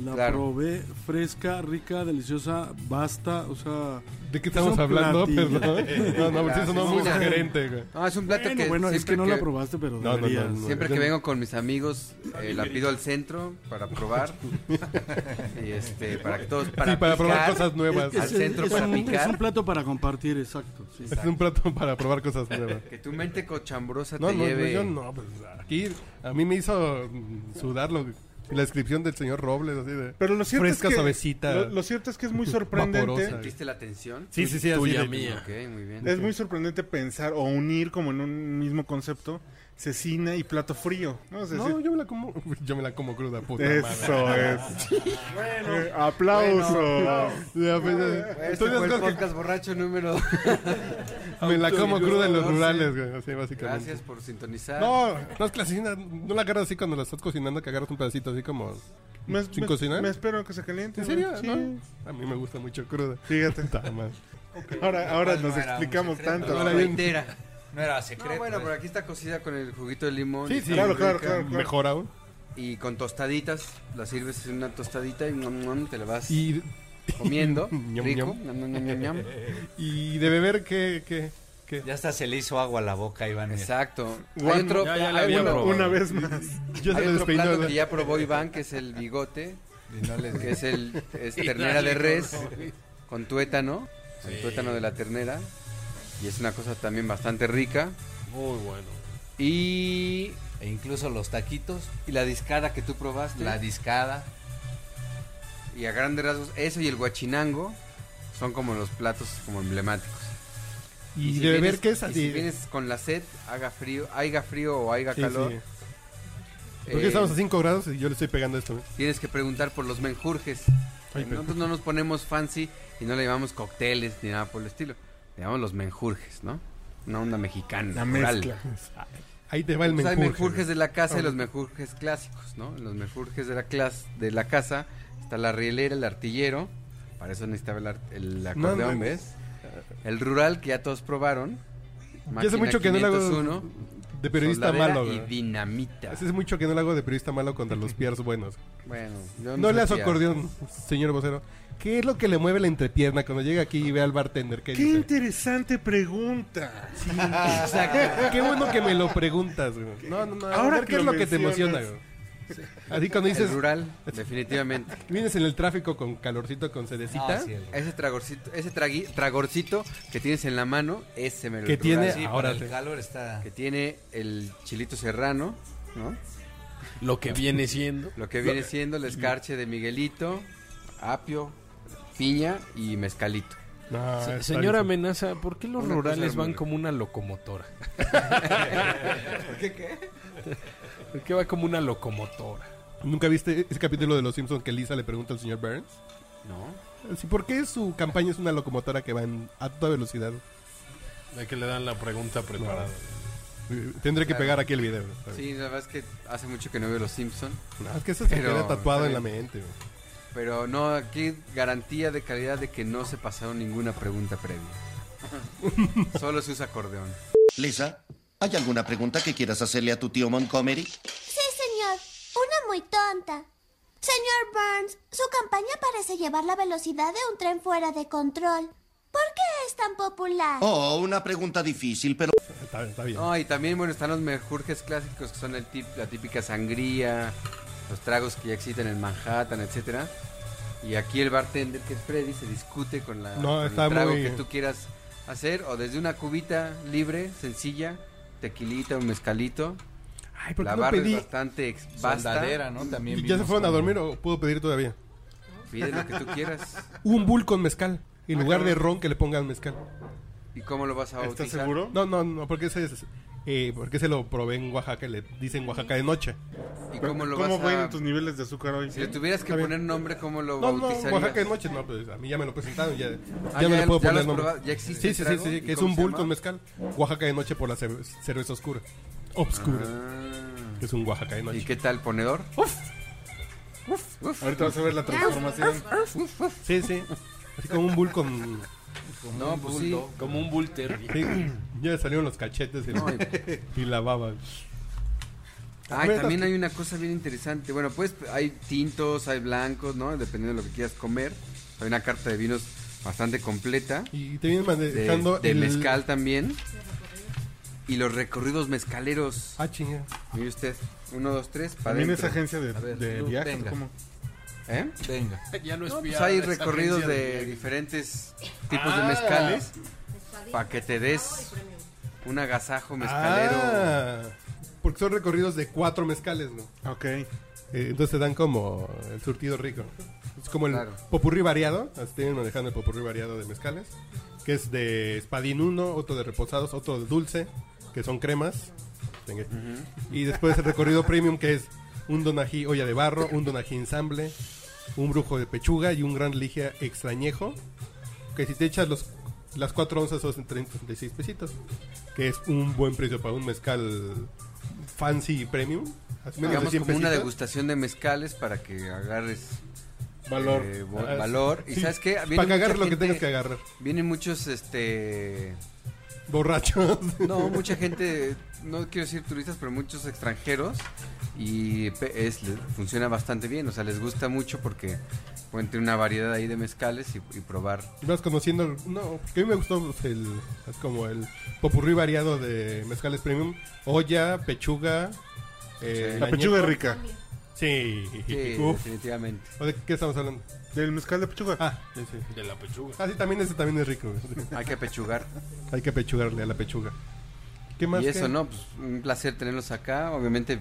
[SPEAKER 9] La
[SPEAKER 3] Claro.
[SPEAKER 9] probé fresca, rica, deliciosa, basta, o sea...
[SPEAKER 2] ¿De qué
[SPEAKER 9] es
[SPEAKER 2] estamos
[SPEAKER 9] un
[SPEAKER 2] hablando?
[SPEAKER 9] platillo.
[SPEAKER 2] Perdón. No, no, porque eso no es muy
[SPEAKER 3] Asesina.
[SPEAKER 2] sugerente, güey.
[SPEAKER 3] No, es un plato
[SPEAKER 9] Bueno,
[SPEAKER 3] que
[SPEAKER 9] bueno, es
[SPEAKER 3] siempre
[SPEAKER 9] que no la
[SPEAKER 3] que-
[SPEAKER 9] probaste, pero
[SPEAKER 2] No, no, no,
[SPEAKER 9] deberías.
[SPEAKER 2] no.
[SPEAKER 3] Siempre que vengo con mis amigos, eh, la pido al centro para probar. y este, para que todos. Para,
[SPEAKER 2] sí, para probar
[SPEAKER 3] picar.
[SPEAKER 2] cosas nuevas.
[SPEAKER 3] Al
[SPEAKER 9] Es,
[SPEAKER 2] Es,
[SPEAKER 9] es-
[SPEAKER 3] centro
[SPEAKER 9] es
[SPEAKER 3] para
[SPEAKER 9] un,
[SPEAKER 3] picar.
[SPEAKER 9] es un plato para compartir, exacto. sí.
[SPEAKER 2] un plato para probar cosas nuevas.
[SPEAKER 3] Que tu mente cochambrosa
[SPEAKER 2] No,
[SPEAKER 3] te
[SPEAKER 2] no,
[SPEAKER 3] lleve.
[SPEAKER 2] yo no, pues aquí a mí me hizo mm, sudar lo- la descripción del señor Robles, así de...
[SPEAKER 1] Pero lo cierto
[SPEAKER 2] Fresca,
[SPEAKER 1] es que,
[SPEAKER 2] suavecita.
[SPEAKER 1] Lo, lo cierto es que es muy sorprendente.
[SPEAKER 2] Vaporosa.
[SPEAKER 3] ¿Sentiste la tensión?
[SPEAKER 2] Sí, sí, sí, así
[SPEAKER 4] tuya
[SPEAKER 2] de-
[SPEAKER 4] mía.
[SPEAKER 3] Ok, muy
[SPEAKER 2] Eh,
[SPEAKER 3] bien.
[SPEAKER 1] Es muy sorprendente pensar o unir como en un mismo concepto cecina y plato frío. ¿no? Es
[SPEAKER 2] No,
[SPEAKER 1] decir,
[SPEAKER 2] yo me la como, yo me la como cruda, puta madre.
[SPEAKER 1] eso es. Eh, aplauso.
[SPEAKER 2] Ya, pues, eh,
[SPEAKER 3] Este
[SPEAKER 2] entonces,
[SPEAKER 3] fue el
[SPEAKER 2] creo que
[SPEAKER 3] podcast borracho número.
[SPEAKER 2] me la como cruda en los
[SPEAKER 3] No sé.
[SPEAKER 2] rurales, güey, así básicamente.
[SPEAKER 3] Gracias por sintonizar.
[SPEAKER 2] No, no es que la asesina, no la agarras así cuando la estás cocinando, que agarras un pedacito así como...
[SPEAKER 1] Me,
[SPEAKER 2] ¿Sin
[SPEAKER 1] me-
[SPEAKER 2] cocinar?
[SPEAKER 1] me espero a que se caliente.
[SPEAKER 2] ¿En serio?
[SPEAKER 1] güey. Sí.
[SPEAKER 2] ¿No? A mí me gusta mucho cruda.
[SPEAKER 1] Fíjate.
[SPEAKER 2] Puta madre.
[SPEAKER 1] Ahora, ahora
[SPEAKER 3] Cual no
[SPEAKER 1] nos
[SPEAKER 3] era un
[SPEAKER 1] explicamos
[SPEAKER 3] secreto,
[SPEAKER 1] tanto.
[SPEAKER 3] Ahora
[SPEAKER 2] bien.
[SPEAKER 3] reitera.
[SPEAKER 6] No era
[SPEAKER 3] No,
[SPEAKER 6] secreto.
[SPEAKER 3] bueno,
[SPEAKER 6] ¿eh?
[SPEAKER 3] pero aquí está cocida con el juguito de limón.
[SPEAKER 2] Sí, sí.
[SPEAKER 1] Claro, claro, claro. claro.
[SPEAKER 2] Mejor aún.
[SPEAKER 3] Y con tostaditas, la sirves en una tostadita y nom, nom, te la vas
[SPEAKER 2] Y,
[SPEAKER 3] comiendo.
[SPEAKER 2] Ñam,
[SPEAKER 3] rico.
[SPEAKER 2] ñam.
[SPEAKER 3] Nom, nom, ñam, ñam, ñam.
[SPEAKER 2] y de beber, ¿qué? qué, qué?
[SPEAKER 6] Ya hasta se le hizo agua a la boca, Iván. mira.
[SPEAKER 3] Exacto.
[SPEAKER 1] Guan-
[SPEAKER 3] hay otro,
[SPEAKER 2] Ya, ya la
[SPEAKER 3] hay
[SPEAKER 2] había
[SPEAKER 3] uno-
[SPEAKER 2] probado.
[SPEAKER 1] Una vez más.
[SPEAKER 2] Yo se
[SPEAKER 3] hay
[SPEAKER 2] lo
[SPEAKER 3] otro
[SPEAKER 2] despeinó.
[SPEAKER 3] plato
[SPEAKER 2] ¿verdad?
[SPEAKER 3] que ya probó Iván, que es el bigote, que es el es ternera de res con tuétano, el tuétano de la ternera, y es una cosa también bastante rica.
[SPEAKER 4] Muy bueno.
[SPEAKER 3] Y,
[SPEAKER 6] E incluso los taquitos,
[SPEAKER 3] y la discada que tú probaste,
[SPEAKER 6] la discada.
[SPEAKER 3] y a grandes rasgos, eso y el guachinango son como los platos como emblemáticos.
[SPEAKER 2] Y,
[SPEAKER 3] si
[SPEAKER 2] de beber,
[SPEAKER 3] vienes-
[SPEAKER 2] ¿qué es
[SPEAKER 3] y si
[SPEAKER 2] así?
[SPEAKER 3] vienes con la sed, haga frío, haiga frío o haiga
[SPEAKER 2] Sí,
[SPEAKER 3] calor,
[SPEAKER 2] sí.
[SPEAKER 3] eh,
[SPEAKER 2] Porque estamos a 5 grados y yo le estoy pegando esto. ¿eh?
[SPEAKER 3] tienes que preguntar por los menjurjes.
[SPEAKER 2] Ay, pero-
[SPEAKER 3] Nosotros no nos ponemos fancy y no le llamamos cócteles ni nada por el estilo. Le llamamos los menjurjes, ¿no? Una onda mexicana.
[SPEAKER 1] La
[SPEAKER 3] rural.
[SPEAKER 1] mezcla.
[SPEAKER 2] Ahí te va el menjurje.
[SPEAKER 3] Entonces, Pues hay menjurjes de la casa y
[SPEAKER 2] Ah.
[SPEAKER 3] los menjurjes clásicos, ¿no? En los menjurjes de la, clas- de la casa está la rielera, el artillero. Para eso necesitaba el, ar- el
[SPEAKER 2] No,
[SPEAKER 3] acordeón,
[SPEAKER 2] no,
[SPEAKER 3] ¿ves? El rural, que ya todos probaron.
[SPEAKER 2] Yo hace
[SPEAKER 3] Máquina
[SPEAKER 2] mucho que no lo hago
[SPEAKER 3] 501,
[SPEAKER 2] de periodista
[SPEAKER 3] soldadera
[SPEAKER 2] malo.
[SPEAKER 3] Y
[SPEAKER 2] ¿verdad?
[SPEAKER 3] dinamita.
[SPEAKER 2] Hace mucho que no lo hago de periodista malo contra los piars buenos.
[SPEAKER 3] Bueno, yo
[SPEAKER 2] No
[SPEAKER 3] sé
[SPEAKER 2] le hace
[SPEAKER 3] si a-
[SPEAKER 2] acordeón, señor vocero. ¿Qué es lo que le mueve la entrepierna cuando llega aquí y ve al bartender? ¿Qué,
[SPEAKER 1] Qué
[SPEAKER 2] dice?
[SPEAKER 1] interesante pregunta.
[SPEAKER 2] Exacto. Qué bueno que me lo preguntas, güey. No, no, no.
[SPEAKER 1] Ahora
[SPEAKER 2] Ahora
[SPEAKER 1] que
[SPEAKER 2] ¿qué es
[SPEAKER 1] lo
[SPEAKER 2] lo que te emociona,
[SPEAKER 1] mencionas.
[SPEAKER 2] güey? Así cuando
[SPEAKER 3] El
[SPEAKER 2] dices,
[SPEAKER 3] rural, definitivamente.
[SPEAKER 2] vienes en el tráfico con calorcito, con sedecita,
[SPEAKER 6] Ah, sí, el-
[SPEAKER 3] Ese tragorcito, ese tragui- tragorcito que tienes en la mano, ese me lo
[SPEAKER 2] Que tiene-
[SPEAKER 6] Sí,
[SPEAKER 2] Ahora
[SPEAKER 6] para el
[SPEAKER 2] te-
[SPEAKER 6] calor está.
[SPEAKER 3] que tiene el chilito serrano, ¿no?
[SPEAKER 4] Lo que viene siendo.
[SPEAKER 3] Lo que viene siendo el escarche de Miguelito, apio, piña y mezcalito.
[SPEAKER 2] No,
[SPEAKER 4] Se-
[SPEAKER 2] está
[SPEAKER 4] señora
[SPEAKER 2] bien.
[SPEAKER 4] Amenaza, ¿por qué los
[SPEAKER 3] Ah, Una cosa
[SPEAKER 4] rurales van
[SPEAKER 3] hermosa.
[SPEAKER 4] como una locomotora? ¿Por qué va como una locomotora?
[SPEAKER 2] ¿Nunca viste ese capítulo de Los Simpsons que Lisa le pregunta al señor Burns?
[SPEAKER 3] ¿No?
[SPEAKER 2] Sí, ¿Por qué su campaña es una locomotora que va en- a toda velocidad?
[SPEAKER 4] De que le dan la pregunta preparada.
[SPEAKER 2] Eh, Tendré que pegar aquí el video. ¿sabes?
[SPEAKER 3] Pues Sí, la verdad es que hace mucho que no veo los Simpson,
[SPEAKER 2] No, es que eso se
[SPEAKER 3] Pero-
[SPEAKER 2] queda tatuado en
[SPEAKER 3] está
[SPEAKER 2] la
[SPEAKER 3] bien.
[SPEAKER 2] mente. güey.
[SPEAKER 3] pero no aquí garantía de calidad de que no se pasaron ninguna pregunta previa. Solo se usa acordeón.
[SPEAKER 10] Lisa, ¿hay alguna pregunta que quieras hacerle a tu tío Montgomery?
[SPEAKER 11] Sí, señor. Una muy tonta. Señor Burns, su campaña parece llevar la velocidad de un tren fuera de control. ¿Por qué es tan popular?
[SPEAKER 10] Oh, una pregunta difícil, pero
[SPEAKER 2] Está, está bien.
[SPEAKER 3] No, y también, bueno, están los mejurjes clásicos que son el tip- la típica sangría, los tragos que ya existen en Manhattan, etcétera. Y aquí el bartender, que es Freddy, se discute con, la,
[SPEAKER 2] No,
[SPEAKER 3] con el
[SPEAKER 2] está
[SPEAKER 3] trago
[SPEAKER 2] muy-
[SPEAKER 3] que tú quieras hacer, o desde una cubita libre, sencilla, tequilita, un mezcalito.
[SPEAKER 2] Ay, ¿por qué
[SPEAKER 3] La
[SPEAKER 2] no
[SPEAKER 3] barra
[SPEAKER 2] pedí?
[SPEAKER 3] es bastante ex- vasta.
[SPEAKER 6] Soldadera, ¿no? También.
[SPEAKER 2] ¿Ya se
[SPEAKER 6] vimos
[SPEAKER 2] fueron a
[SPEAKER 6] como-
[SPEAKER 2] dormir o puedo pedir todavía?
[SPEAKER 3] Pide lo que tú quieras.
[SPEAKER 2] Un bull con mezcal. En lugar de ron que le pongan mezcal.
[SPEAKER 3] ¿Y cómo lo vas a bautizar?
[SPEAKER 1] ¿Estás seguro?
[SPEAKER 2] No, no, no, porque ese es- eh, porque se lo probé en Oaxaca, le dicen Oaxaca de noche.
[SPEAKER 3] ¿Y cómo lo
[SPEAKER 1] ¿Cómo
[SPEAKER 3] vas
[SPEAKER 1] ven
[SPEAKER 3] a...?
[SPEAKER 1] tus niveles de azúcar hoy?
[SPEAKER 3] Si le tuvieras que
[SPEAKER 2] Está bien.
[SPEAKER 3] poner nombre, ¿cómo lo
[SPEAKER 2] No, no,
[SPEAKER 3] bautizarías?
[SPEAKER 2] Oaxaca de noche, no, pues a mí ya me lo presentaron, ya,
[SPEAKER 3] Ah,
[SPEAKER 2] ya no
[SPEAKER 3] ya
[SPEAKER 2] le puedo
[SPEAKER 3] lo- ya lo
[SPEAKER 2] poner
[SPEAKER 3] has
[SPEAKER 2] nombre.
[SPEAKER 3] probado, ya existe
[SPEAKER 2] sí,
[SPEAKER 3] el
[SPEAKER 2] sí, sí,
[SPEAKER 3] trago,
[SPEAKER 2] sí,
[SPEAKER 3] ¿y
[SPEAKER 2] que es
[SPEAKER 3] cómo
[SPEAKER 2] un
[SPEAKER 3] se
[SPEAKER 2] bull
[SPEAKER 3] llama?
[SPEAKER 2] con mezcal. Oaxaca de noche por la cer- cerveza oscura. Obscura.
[SPEAKER 3] Ah.
[SPEAKER 2] Que es un Oaxaca de noche.
[SPEAKER 3] ¿Y qué tal ponedor?
[SPEAKER 1] Ahorita vas a ver la transformación.
[SPEAKER 2] Sí, sí. Así como un bull con...
[SPEAKER 3] No, pues sí.
[SPEAKER 4] Como un bulter.
[SPEAKER 2] sí, ya le salieron los cachetes y,
[SPEAKER 3] No, y-
[SPEAKER 2] y la baba.
[SPEAKER 3] Ay,
[SPEAKER 2] Bueno,
[SPEAKER 3] también
[SPEAKER 2] que-
[SPEAKER 3] hay una cosa bien interesante. Bueno, pues hay tintos, hay blancos, ¿no? Dependiendo de lo que quieras comer. Hay una carta de vinos bastante completa.
[SPEAKER 2] Y te vienen
[SPEAKER 3] De,
[SPEAKER 2] manejando
[SPEAKER 3] de
[SPEAKER 2] el-
[SPEAKER 3] mezcal también. Y los recorridos mezcaleros.
[SPEAKER 2] Ah, chinga.
[SPEAKER 3] Mire usted. Uno, dos, tres. Para
[SPEAKER 1] También es
[SPEAKER 3] adentro.
[SPEAKER 1] agencia de,
[SPEAKER 6] A ver,
[SPEAKER 1] de
[SPEAKER 6] Lu,
[SPEAKER 1] viajes.
[SPEAKER 6] venga.
[SPEAKER 1] ¿cómo?
[SPEAKER 3] ¿Eh?
[SPEAKER 6] Venga.
[SPEAKER 4] Ya no es
[SPEAKER 3] No, pues
[SPEAKER 4] fiar
[SPEAKER 3] hay
[SPEAKER 4] esa
[SPEAKER 3] recorridos
[SPEAKER 4] agencia
[SPEAKER 3] de
[SPEAKER 4] viajes.
[SPEAKER 3] diferentes tipos
[SPEAKER 1] Ah.
[SPEAKER 3] de mezcales. Para que te des un agasajo mezcalero.
[SPEAKER 2] Ah, porque son recorridos de cuatro mezcales, ¿no?
[SPEAKER 1] Ok.
[SPEAKER 2] Eh, entonces te dan como el surtido rico. Es como el
[SPEAKER 3] Claro.
[SPEAKER 2] popurrí variado. Así tienen manejando el popurrí variado de mezcales. Que es de espadín uno, otro de reposados, otro de dulce, que son cremas. Tenga- Y después el recorrido premium, que es un donají olla de barro, un donají ensamble, un brujo de pechuga y un gran ligia extrañejo. Que si te echas los, las cuatro onzas son 36 pesitos. Que es un buen precio para un mezcal fancy y premium. Así menos de
[SPEAKER 1] pues,
[SPEAKER 3] Digamos
[SPEAKER 2] 100
[SPEAKER 3] como una
[SPEAKER 2] pesitos.
[SPEAKER 3] degustación de mezcales para que agarres
[SPEAKER 1] Valor.
[SPEAKER 3] eh, bo-
[SPEAKER 2] Ah,
[SPEAKER 3] valor. Y
[SPEAKER 2] sí.
[SPEAKER 3] sabes qué, Viene
[SPEAKER 2] Para que
[SPEAKER 3] mucha
[SPEAKER 2] agarres lo que
[SPEAKER 3] gente-
[SPEAKER 2] tengas que agarrar.
[SPEAKER 3] Vienen muchos este
[SPEAKER 2] Borrachos.
[SPEAKER 3] No, mucha gente, no quiero decir turistas, pero muchos extranjeros. Y pe- es- le- funciona bastante bien. O sea, les gusta mucho porque pueden tener una variedad ahí de mezcales y, y probar.
[SPEAKER 2] Vas conociendo, no, que a mí me gustó pues, el, es como el popurrí variado de mezcales premium, olla, pechuga, eh,
[SPEAKER 1] La pechuga es rica.
[SPEAKER 2] Sí,
[SPEAKER 3] Sí,
[SPEAKER 2] Uf.
[SPEAKER 3] definitivamente.
[SPEAKER 2] ¿O de qué estamos hablando?
[SPEAKER 1] Del mezcal de pechuga.
[SPEAKER 2] Ah, sí, sí.
[SPEAKER 4] De la pechuga.
[SPEAKER 2] Ah, sí, también ese también es rico.
[SPEAKER 3] Hay que pechugar.
[SPEAKER 2] Hay que pechugarle a la pechuga. ¿Qué más?
[SPEAKER 3] Y eso,
[SPEAKER 2] que-
[SPEAKER 3] ¿no? Pues, un placer tenerlos acá. Obviamente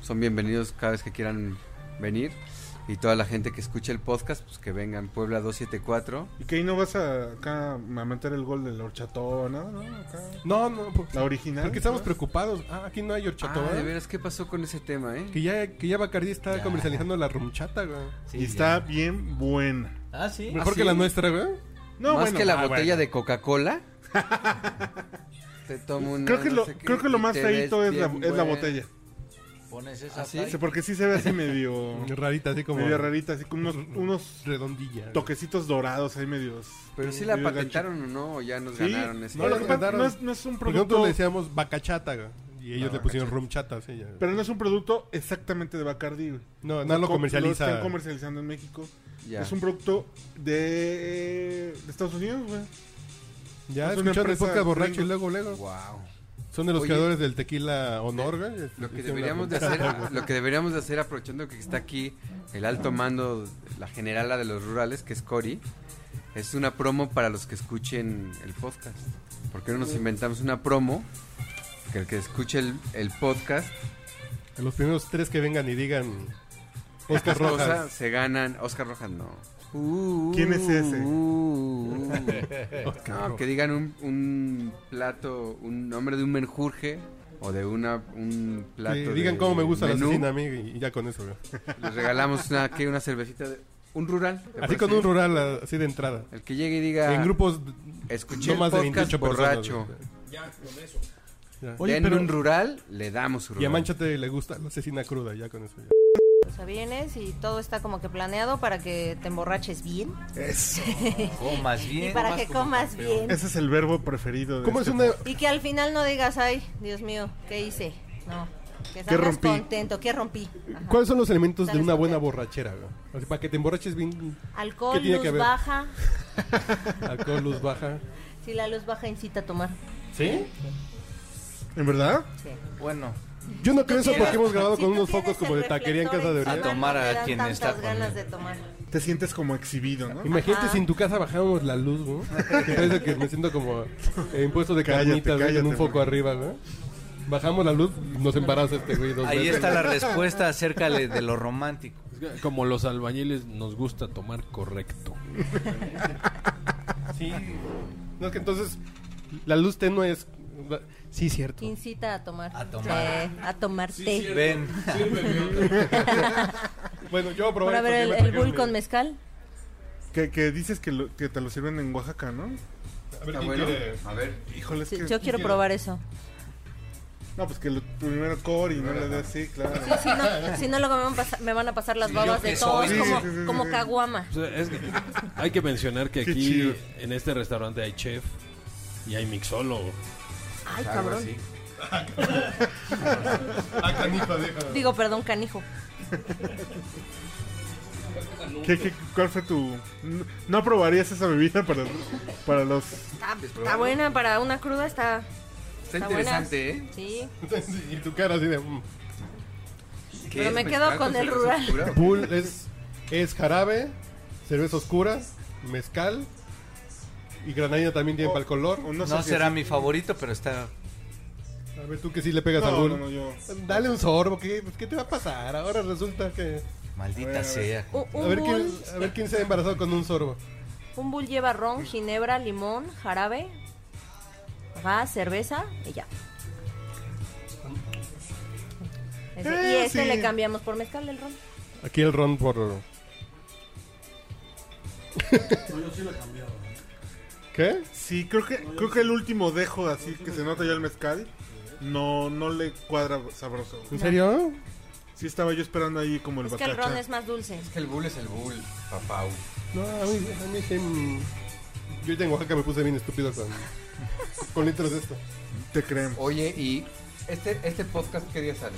[SPEAKER 3] son bienvenidos cada vez que quieran venir. Y toda la gente que escuche el podcast, pues que vengan. Puebla 274.
[SPEAKER 1] Y que ahí no vas a, acá, a meter el gol del horchatón, nada, ¿no? Acá.
[SPEAKER 2] No, no. por-
[SPEAKER 1] La original.
[SPEAKER 2] Porque estamos
[SPEAKER 1] ¿no?
[SPEAKER 2] preocupados. Ah, aquí no hay horchata,
[SPEAKER 3] Ah, de
[SPEAKER 2] ¿verdad?
[SPEAKER 3] veras, ¿qué pasó con ese tema, eh?
[SPEAKER 2] Que ya, que ya Bacardi está
[SPEAKER 6] Ya.
[SPEAKER 2] comercializando la rumchata, güey.
[SPEAKER 6] Sí,
[SPEAKER 1] y
[SPEAKER 6] ya.
[SPEAKER 1] está bien buena.
[SPEAKER 6] Ah, sí.
[SPEAKER 2] Mejor
[SPEAKER 3] ¿Ah,
[SPEAKER 2] que
[SPEAKER 3] sí?
[SPEAKER 2] la nuestra, güey.
[SPEAKER 1] No,
[SPEAKER 3] más
[SPEAKER 1] bueno.
[SPEAKER 3] que la
[SPEAKER 1] Ah,
[SPEAKER 3] botella
[SPEAKER 1] bueno.
[SPEAKER 3] de Coca-Cola. te tomo una,
[SPEAKER 1] Creo que,
[SPEAKER 3] no
[SPEAKER 1] lo,
[SPEAKER 3] sé qué,
[SPEAKER 1] creo que lo
[SPEAKER 3] y
[SPEAKER 1] más
[SPEAKER 3] te
[SPEAKER 1] feito
[SPEAKER 3] ves
[SPEAKER 1] es la,
[SPEAKER 3] bien
[SPEAKER 1] es la
[SPEAKER 3] buen.
[SPEAKER 1] botella.
[SPEAKER 6] Pones esa
[SPEAKER 3] ¿Ah, sí?
[SPEAKER 1] O sea,
[SPEAKER 6] play-
[SPEAKER 1] porque sí se ve así medio,
[SPEAKER 2] Rarita, así como
[SPEAKER 1] medio rarita, así con unos, unos
[SPEAKER 2] redondilla.
[SPEAKER 1] toquecitos dorados ahí medios.
[SPEAKER 3] Pero si la
[SPEAKER 1] medio gancho.
[SPEAKER 3] patentaron o no, o ya nos
[SPEAKER 1] Sí.
[SPEAKER 3] ganaron ese.
[SPEAKER 1] No, lo
[SPEAKER 2] nos
[SPEAKER 1] que pasa-
[SPEAKER 2] ganaron.
[SPEAKER 1] no es, no es un
[SPEAKER 2] Porque nosotros
[SPEAKER 1] producto,
[SPEAKER 2] le decíamos bacachata, güey. Y ellos
[SPEAKER 3] Ah,
[SPEAKER 2] le pusieron rumchata, sí, ya.
[SPEAKER 1] pero no es un producto exactamente de Bacardi. güey.
[SPEAKER 2] no, no lo
[SPEAKER 1] co-
[SPEAKER 2] comercializa.
[SPEAKER 1] Lo están comercializando en México.
[SPEAKER 3] Ya.
[SPEAKER 1] Es un producto de, de Estados Unidos, güey.
[SPEAKER 2] ya
[SPEAKER 1] es una
[SPEAKER 2] escucharon el
[SPEAKER 1] empresa
[SPEAKER 2] podcast borracho
[SPEAKER 1] gringo.
[SPEAKER 2] y luego, luego.
[SPEAKER 3] Wow.
[SPEAKER 2] Son de los
[SPEAKER 3] Oye.
[SPEAKER 2] creadores del tequila honor, güey.
[SPEAKER 3] Lo que
[SPEAKER 2] Hicieron la
[SPEAKER 3] deberíamos de
[SPEAKER 2] rumchata,
[SPEAKER 3] hacer,
[SPEAKER 2] güey.
[SPEAKER 3] lo que deberíamos de hacer aprovechando que está aquí el alto mando, la generala de los rurales, que es Cori, es una promo para los que escuchen el podcast. ¿Por qué no nos inventamos una promo? Que el que escuche el, el podcast,
[SPEAKER 2] Los primeros tres que vengan y digan Oscar
[SPEAKER 3] estas cosas
[SPEAKER 2] Rojas.
[SPEAKER 3] se ganan. Oscar Rojas no.
[SPEAKER 1] ¿Quién es ese?
[SPEAKER 3] Uh,
[SPEAKER 2] Oscar
[SPEAKER 3] No,
[SPEAKER 2] Rojas.
[SPEAKER 3] que digan un, un plato, un nombre de un menjurje o de una, un plato.
[SPEAKER 2] Que digan
[SPEAKER 3] de
[SPEAKER 2] cómo me gusta
[SPEAKER 3] menú.
[SPEAKER 2] la asesina a mí y ya con eso, güey.
[SPEAKER 3] Les regalamos una, ¿qué? una cervecita de. Un rural. ¿te
[SPEAKER 2] Así
[SPEAKER 3] parece
[SPEAKER 2] con un
[SPEAKER 3] bien?
[SPEAKER 2] rural, a- así de entrada.
[SPEAKER 3] El que llegue y diga.
[SPEAKER 2] en grupos
[SPEAKER 3] Escuché
[SPEAKER 2] no
[SPEAKER 3] el
[SPEAKER 2] más de
[SPEAKER 3] podcast
[SPEAKER 2] 28
[SPEAKER 3] borracho.
[SPEAKER 2] personas. güey.
[SPEAKER 9] Oye,
[SPEAKER 3] Denme
[SPEAKER 9] pero-
[SPEAKER 3] un rural, le damos su rural.
[SPEAKER 2] Y a Manchate le gusta la asesina cruda, ya con eso. ya.
[SPEAKER 5] O sea, vienes y todo está como que planeado para que te emborraches bien
[SPEAKER 1] Eso.
[SPEAKER 6] Comas bien.
[SPEAKER 5] y para
[SPEAKER 6] comas
[SPEAKER 5] que
[SPEAKER 6] como
[SPEAKER 5] comas
[SPEAKER 6] campeón.
[SPEAKER 5] bien.
[SPEAKER 1] Ese es el verbo preferido. De
[SPEAKER 2] ¿Cómo es
[SPEAKER 1] este
[SPEAKER 2] una...?
[SPEAKER 5] Y que al final no digas, ay, Dios mío, ¿qué hice? No. Que salgas
[SPEAKER 1] rompí?
[SPEAKER 5] contento, ¿qué rompí? Ajá.
[SPEAKER 2] ¿Cuáles son los elementos de
[SPEAKER 5] Sales
[SPEAKER 2] una buena
[SPEAKER 5] contento.
[SPEAKER 2] borrachera, güey? Así, para que te emborraches bien, ¿Qué
[SPEAKER 5] Alcohol,
[SPEAKER 2] tiene que
[SPEAKER 5] luz
[SPEAKER 2] ver?
[SPEAKER 5] baja.
[SPEAKER 2] alcohol, luz baja.
[SPEAKER 5] Si la luz baja, incita a tomar.
[SPEAKER 2] ¿Sí?
[SPEAKER 1] ¿En verdad?
[SPEAKER 5] Sí.
[SPEAKER 6] Bueno,
[SPEAKER 2] Yo no creo eso
[SPEAKER 5] Tienes-
[SPEAKER 2] porque hemos grabado
[SPEAKER 5] si
[SPEAKER 2] con
[SPEAKER 5] tú
[SPEAKER 2] unos
[SPEAKER 5] tienes
[SPEAKER 2] focos como
[SPEAKER 5] el
[SPEAKER 2] de taquería en casa
[SPEAKER 5] reflector
[SPEAKER 2] de
[SPEAKER 5] encima,
[SPEAKER 6] A
[SPEAKER 2] Orián.
[SPEAKER 6] tomar
[SPEAKER 5] no
[SPEAKER 6] a
[SPEAKER 5] te dan
[SPEAKER 6] quien
[SPEAKER 5] tantas
[SPEAKER 6] está con
[SPEAKER 5] ganas
[SPEAKER 6] él.
[SPEAKER 5] de tomar.
[SPEAKER 1] Te sientes como exhibido, ¿no?
[SPEAKER 2] Imagínate
[SPEAKER 5] Ajá.
[SPEAKER 2] si en tu casa bajábamos la luz, güey. Que parece que me siento como eh, impuesto de
[SPEAKER 1] Cállate,
[SPEAKER 2] carnitas, güey, con
[SPEAKER 1] cállate,
[SPEAKER 2] un foco
[SPEAKER 1] güey.
[SPEAKER 2] arriba, güey. Bajamos la luz, nos embaraza este güey dos
[SPEAKER 6] ahí
[SPEAKER 2] veces.
[SPEAKER 6] está la respuesta acerca de, de lo romántico.
[SPEAKER 4] Es que Como los albañiles nos gusta tomar correcto.
[SPEAKER 2] Sí. No, es que entonces la luz tenue es... Sí, cierto.
[SPEAKER 5] Incita a tomar.
[SPEAKER 6] A tomar.
[SPEAKER 5] Sí, a tomar té.
[SPEAKER 6] Ven.
[SPEAKER 2] Bueno, yo probé...
[SPEAKER 5] Por a
[SPEAKER 2] porque
[SPEAKER 5] ver el,
[SPEAKER 2] me
[SPEAKER 5] el
[SPEAKER 2] trajeron
[SPEAKER 5] bull con
[SPEAKER 2] mi-
[SPEAKER 5] mezcal.
[SPEAKER 1] Que, que dices que, lo- que te lo sirven en Oaxaca, ¿no?
[SPEAKER 2] A ver,
[SPEAKER 3] Está
[SPEAKER 2] ¿quién
[SPEAKER 3] Ah, bueno.
[SPEAKER 2] quiere?
[SPEAKER 3] A ver.
[SPEAKER 1] Híjole, es
[SPEAKER 5] Sí,
[SPEAKER 1] que...
[SPEAKER 5] yo quiero probar eso.
[SPEAKER 1] No, pues que lo, primero core y no le das así, claro.
[SPEAKER 5] Sí, si no, si no luego me van, a pasar- me van a pasar las
[SPEAKER 6] Sí,
[SPEAKER 5] babas
[SPEAKER 6] yo
[SPEAKER 5] de
[SPEAKER 6] que
[SPEAKER 5] todos
[SPEAKER 6] soy.
[SPEAKER 5] como,
[SPEAKER 1] Sí, sí, sí,
[SPEAKER 5] como
[SPEAKER 1] sí.
[SPEAKER 5] caguama.
[SPEAKER 4] O sea, es que hay que mencionar que
[SPEAKER 1] Qué
[SPEAKER 4] aquí
[SPEAKER 1] chido.
[SPEAKER 4] en este restaurante hay chef y hay mixólogo.
[SPEAKER 5] Ay,
[SPEAKER 3] Algo
[SPEAKER 5] cabrón.
[SPEAKER 3] así.
[SPEAKER 2] Ah, canijo, deja.
[SPEAKER 5] Digo, perdón, canijo.
[SPEAKER 1] ¿Qué- qué- cuál fue tu...? No, no probarías esa bebida para, para los...
[SPEAKER 5] Está, está buena para una cruda, está,
[SPEAKER 3] Está
[SPEAKER 5] está
[SPEAKER 3] interesante,
[SPEAKER 5] buena.
[SPEAKER 3] ¿eh?
[SPEAKER 5] Sí.
[SPEAKER 2] Y tu cara así de... mm.
[SPEAKER 3] ¿Qué
[SPEAKER 5] Pero
[SPEAKER 3] es
[SPEAKER 5] me
[SPEAKER 3] mezcal
[SPEAKER 5] quedo con el
[SPEAKER 3] cerveza
[SPEAKER 5] rural.
[SPEAKER 3] oscura?
[SPEAKER 2] Bull es, es jarabe, cerveza oscura, mezcal y granadina también tiene
[SPEAKER 1] Oh,
[SPEAKER 2] para el color.
[SPEAKER 1] o
[SPEAKER 6] No,
[SPEAKER 1] sé si
[SPEAKER 6] será
[SPEAKER 1] es-
[SPEAKER 6] mi favorito, pero está.
[SPEAKER 2] A ver, tú que sí le pegas a
[SPEAKER 1] No,
[SPEAKER 2] Bull.
[SPEAKER 1] no, no, yo...
[SPEAKER 2] Dale un sorbo, ¿qué, pues, ¿qué te va a pasar? Ahora resulta que...
[SPEAKER 1] A ver, a
[SPEAKER 6] Maldita
[SPEAKER 1] ver.
[SPEAKER 6] sea.
[SPEAKER 5] Un,
[SPEAKER 2] A
[SPEAKER 5] un
[SPEAKER 2] ver, quién,
[SPEAKER 5] bull,
[SPEAKER 2] a ver quién se ha embarazado con un sorbo.
[SPEAKER 5] un bull lleva ron, ginebra, limón, jarabe, gas, cerveza y ya. Ese- y
[SPEAKER 1] Eh,
[SPEAKER 5] este
[SPEAKER 1] sí.
[SPEAKER 5] le cambiamos por mezcal el ron.
[SPEAKER 2] Aquí el ron por... ¿Qué?
[SPEAKER 1] Sí, creo que, creo que el último dejo así que se nota ya el mezcal, no, no le cuadra sabroso.
[SPEAKER 2] ¿En serio?
[SPEAKER 1] Sí estaba yo esperando ahí como el
[SPEAKER 5] Es que el
[SPEAKER 1] bacacha.
[SPEAKER 5] ron es más dulce.
[SPEAKER 3] Es que el bull es el bull, papau.
[SPEAKER 2] No, a mí, a mí sí... mm, Yo en Oaxaca me puse bien estúpido con, con litros de esto.
[SPEAKER 1] Te creemos.
[SPEAKER 3] Oye, y este, este podcast, ¿qué día sale?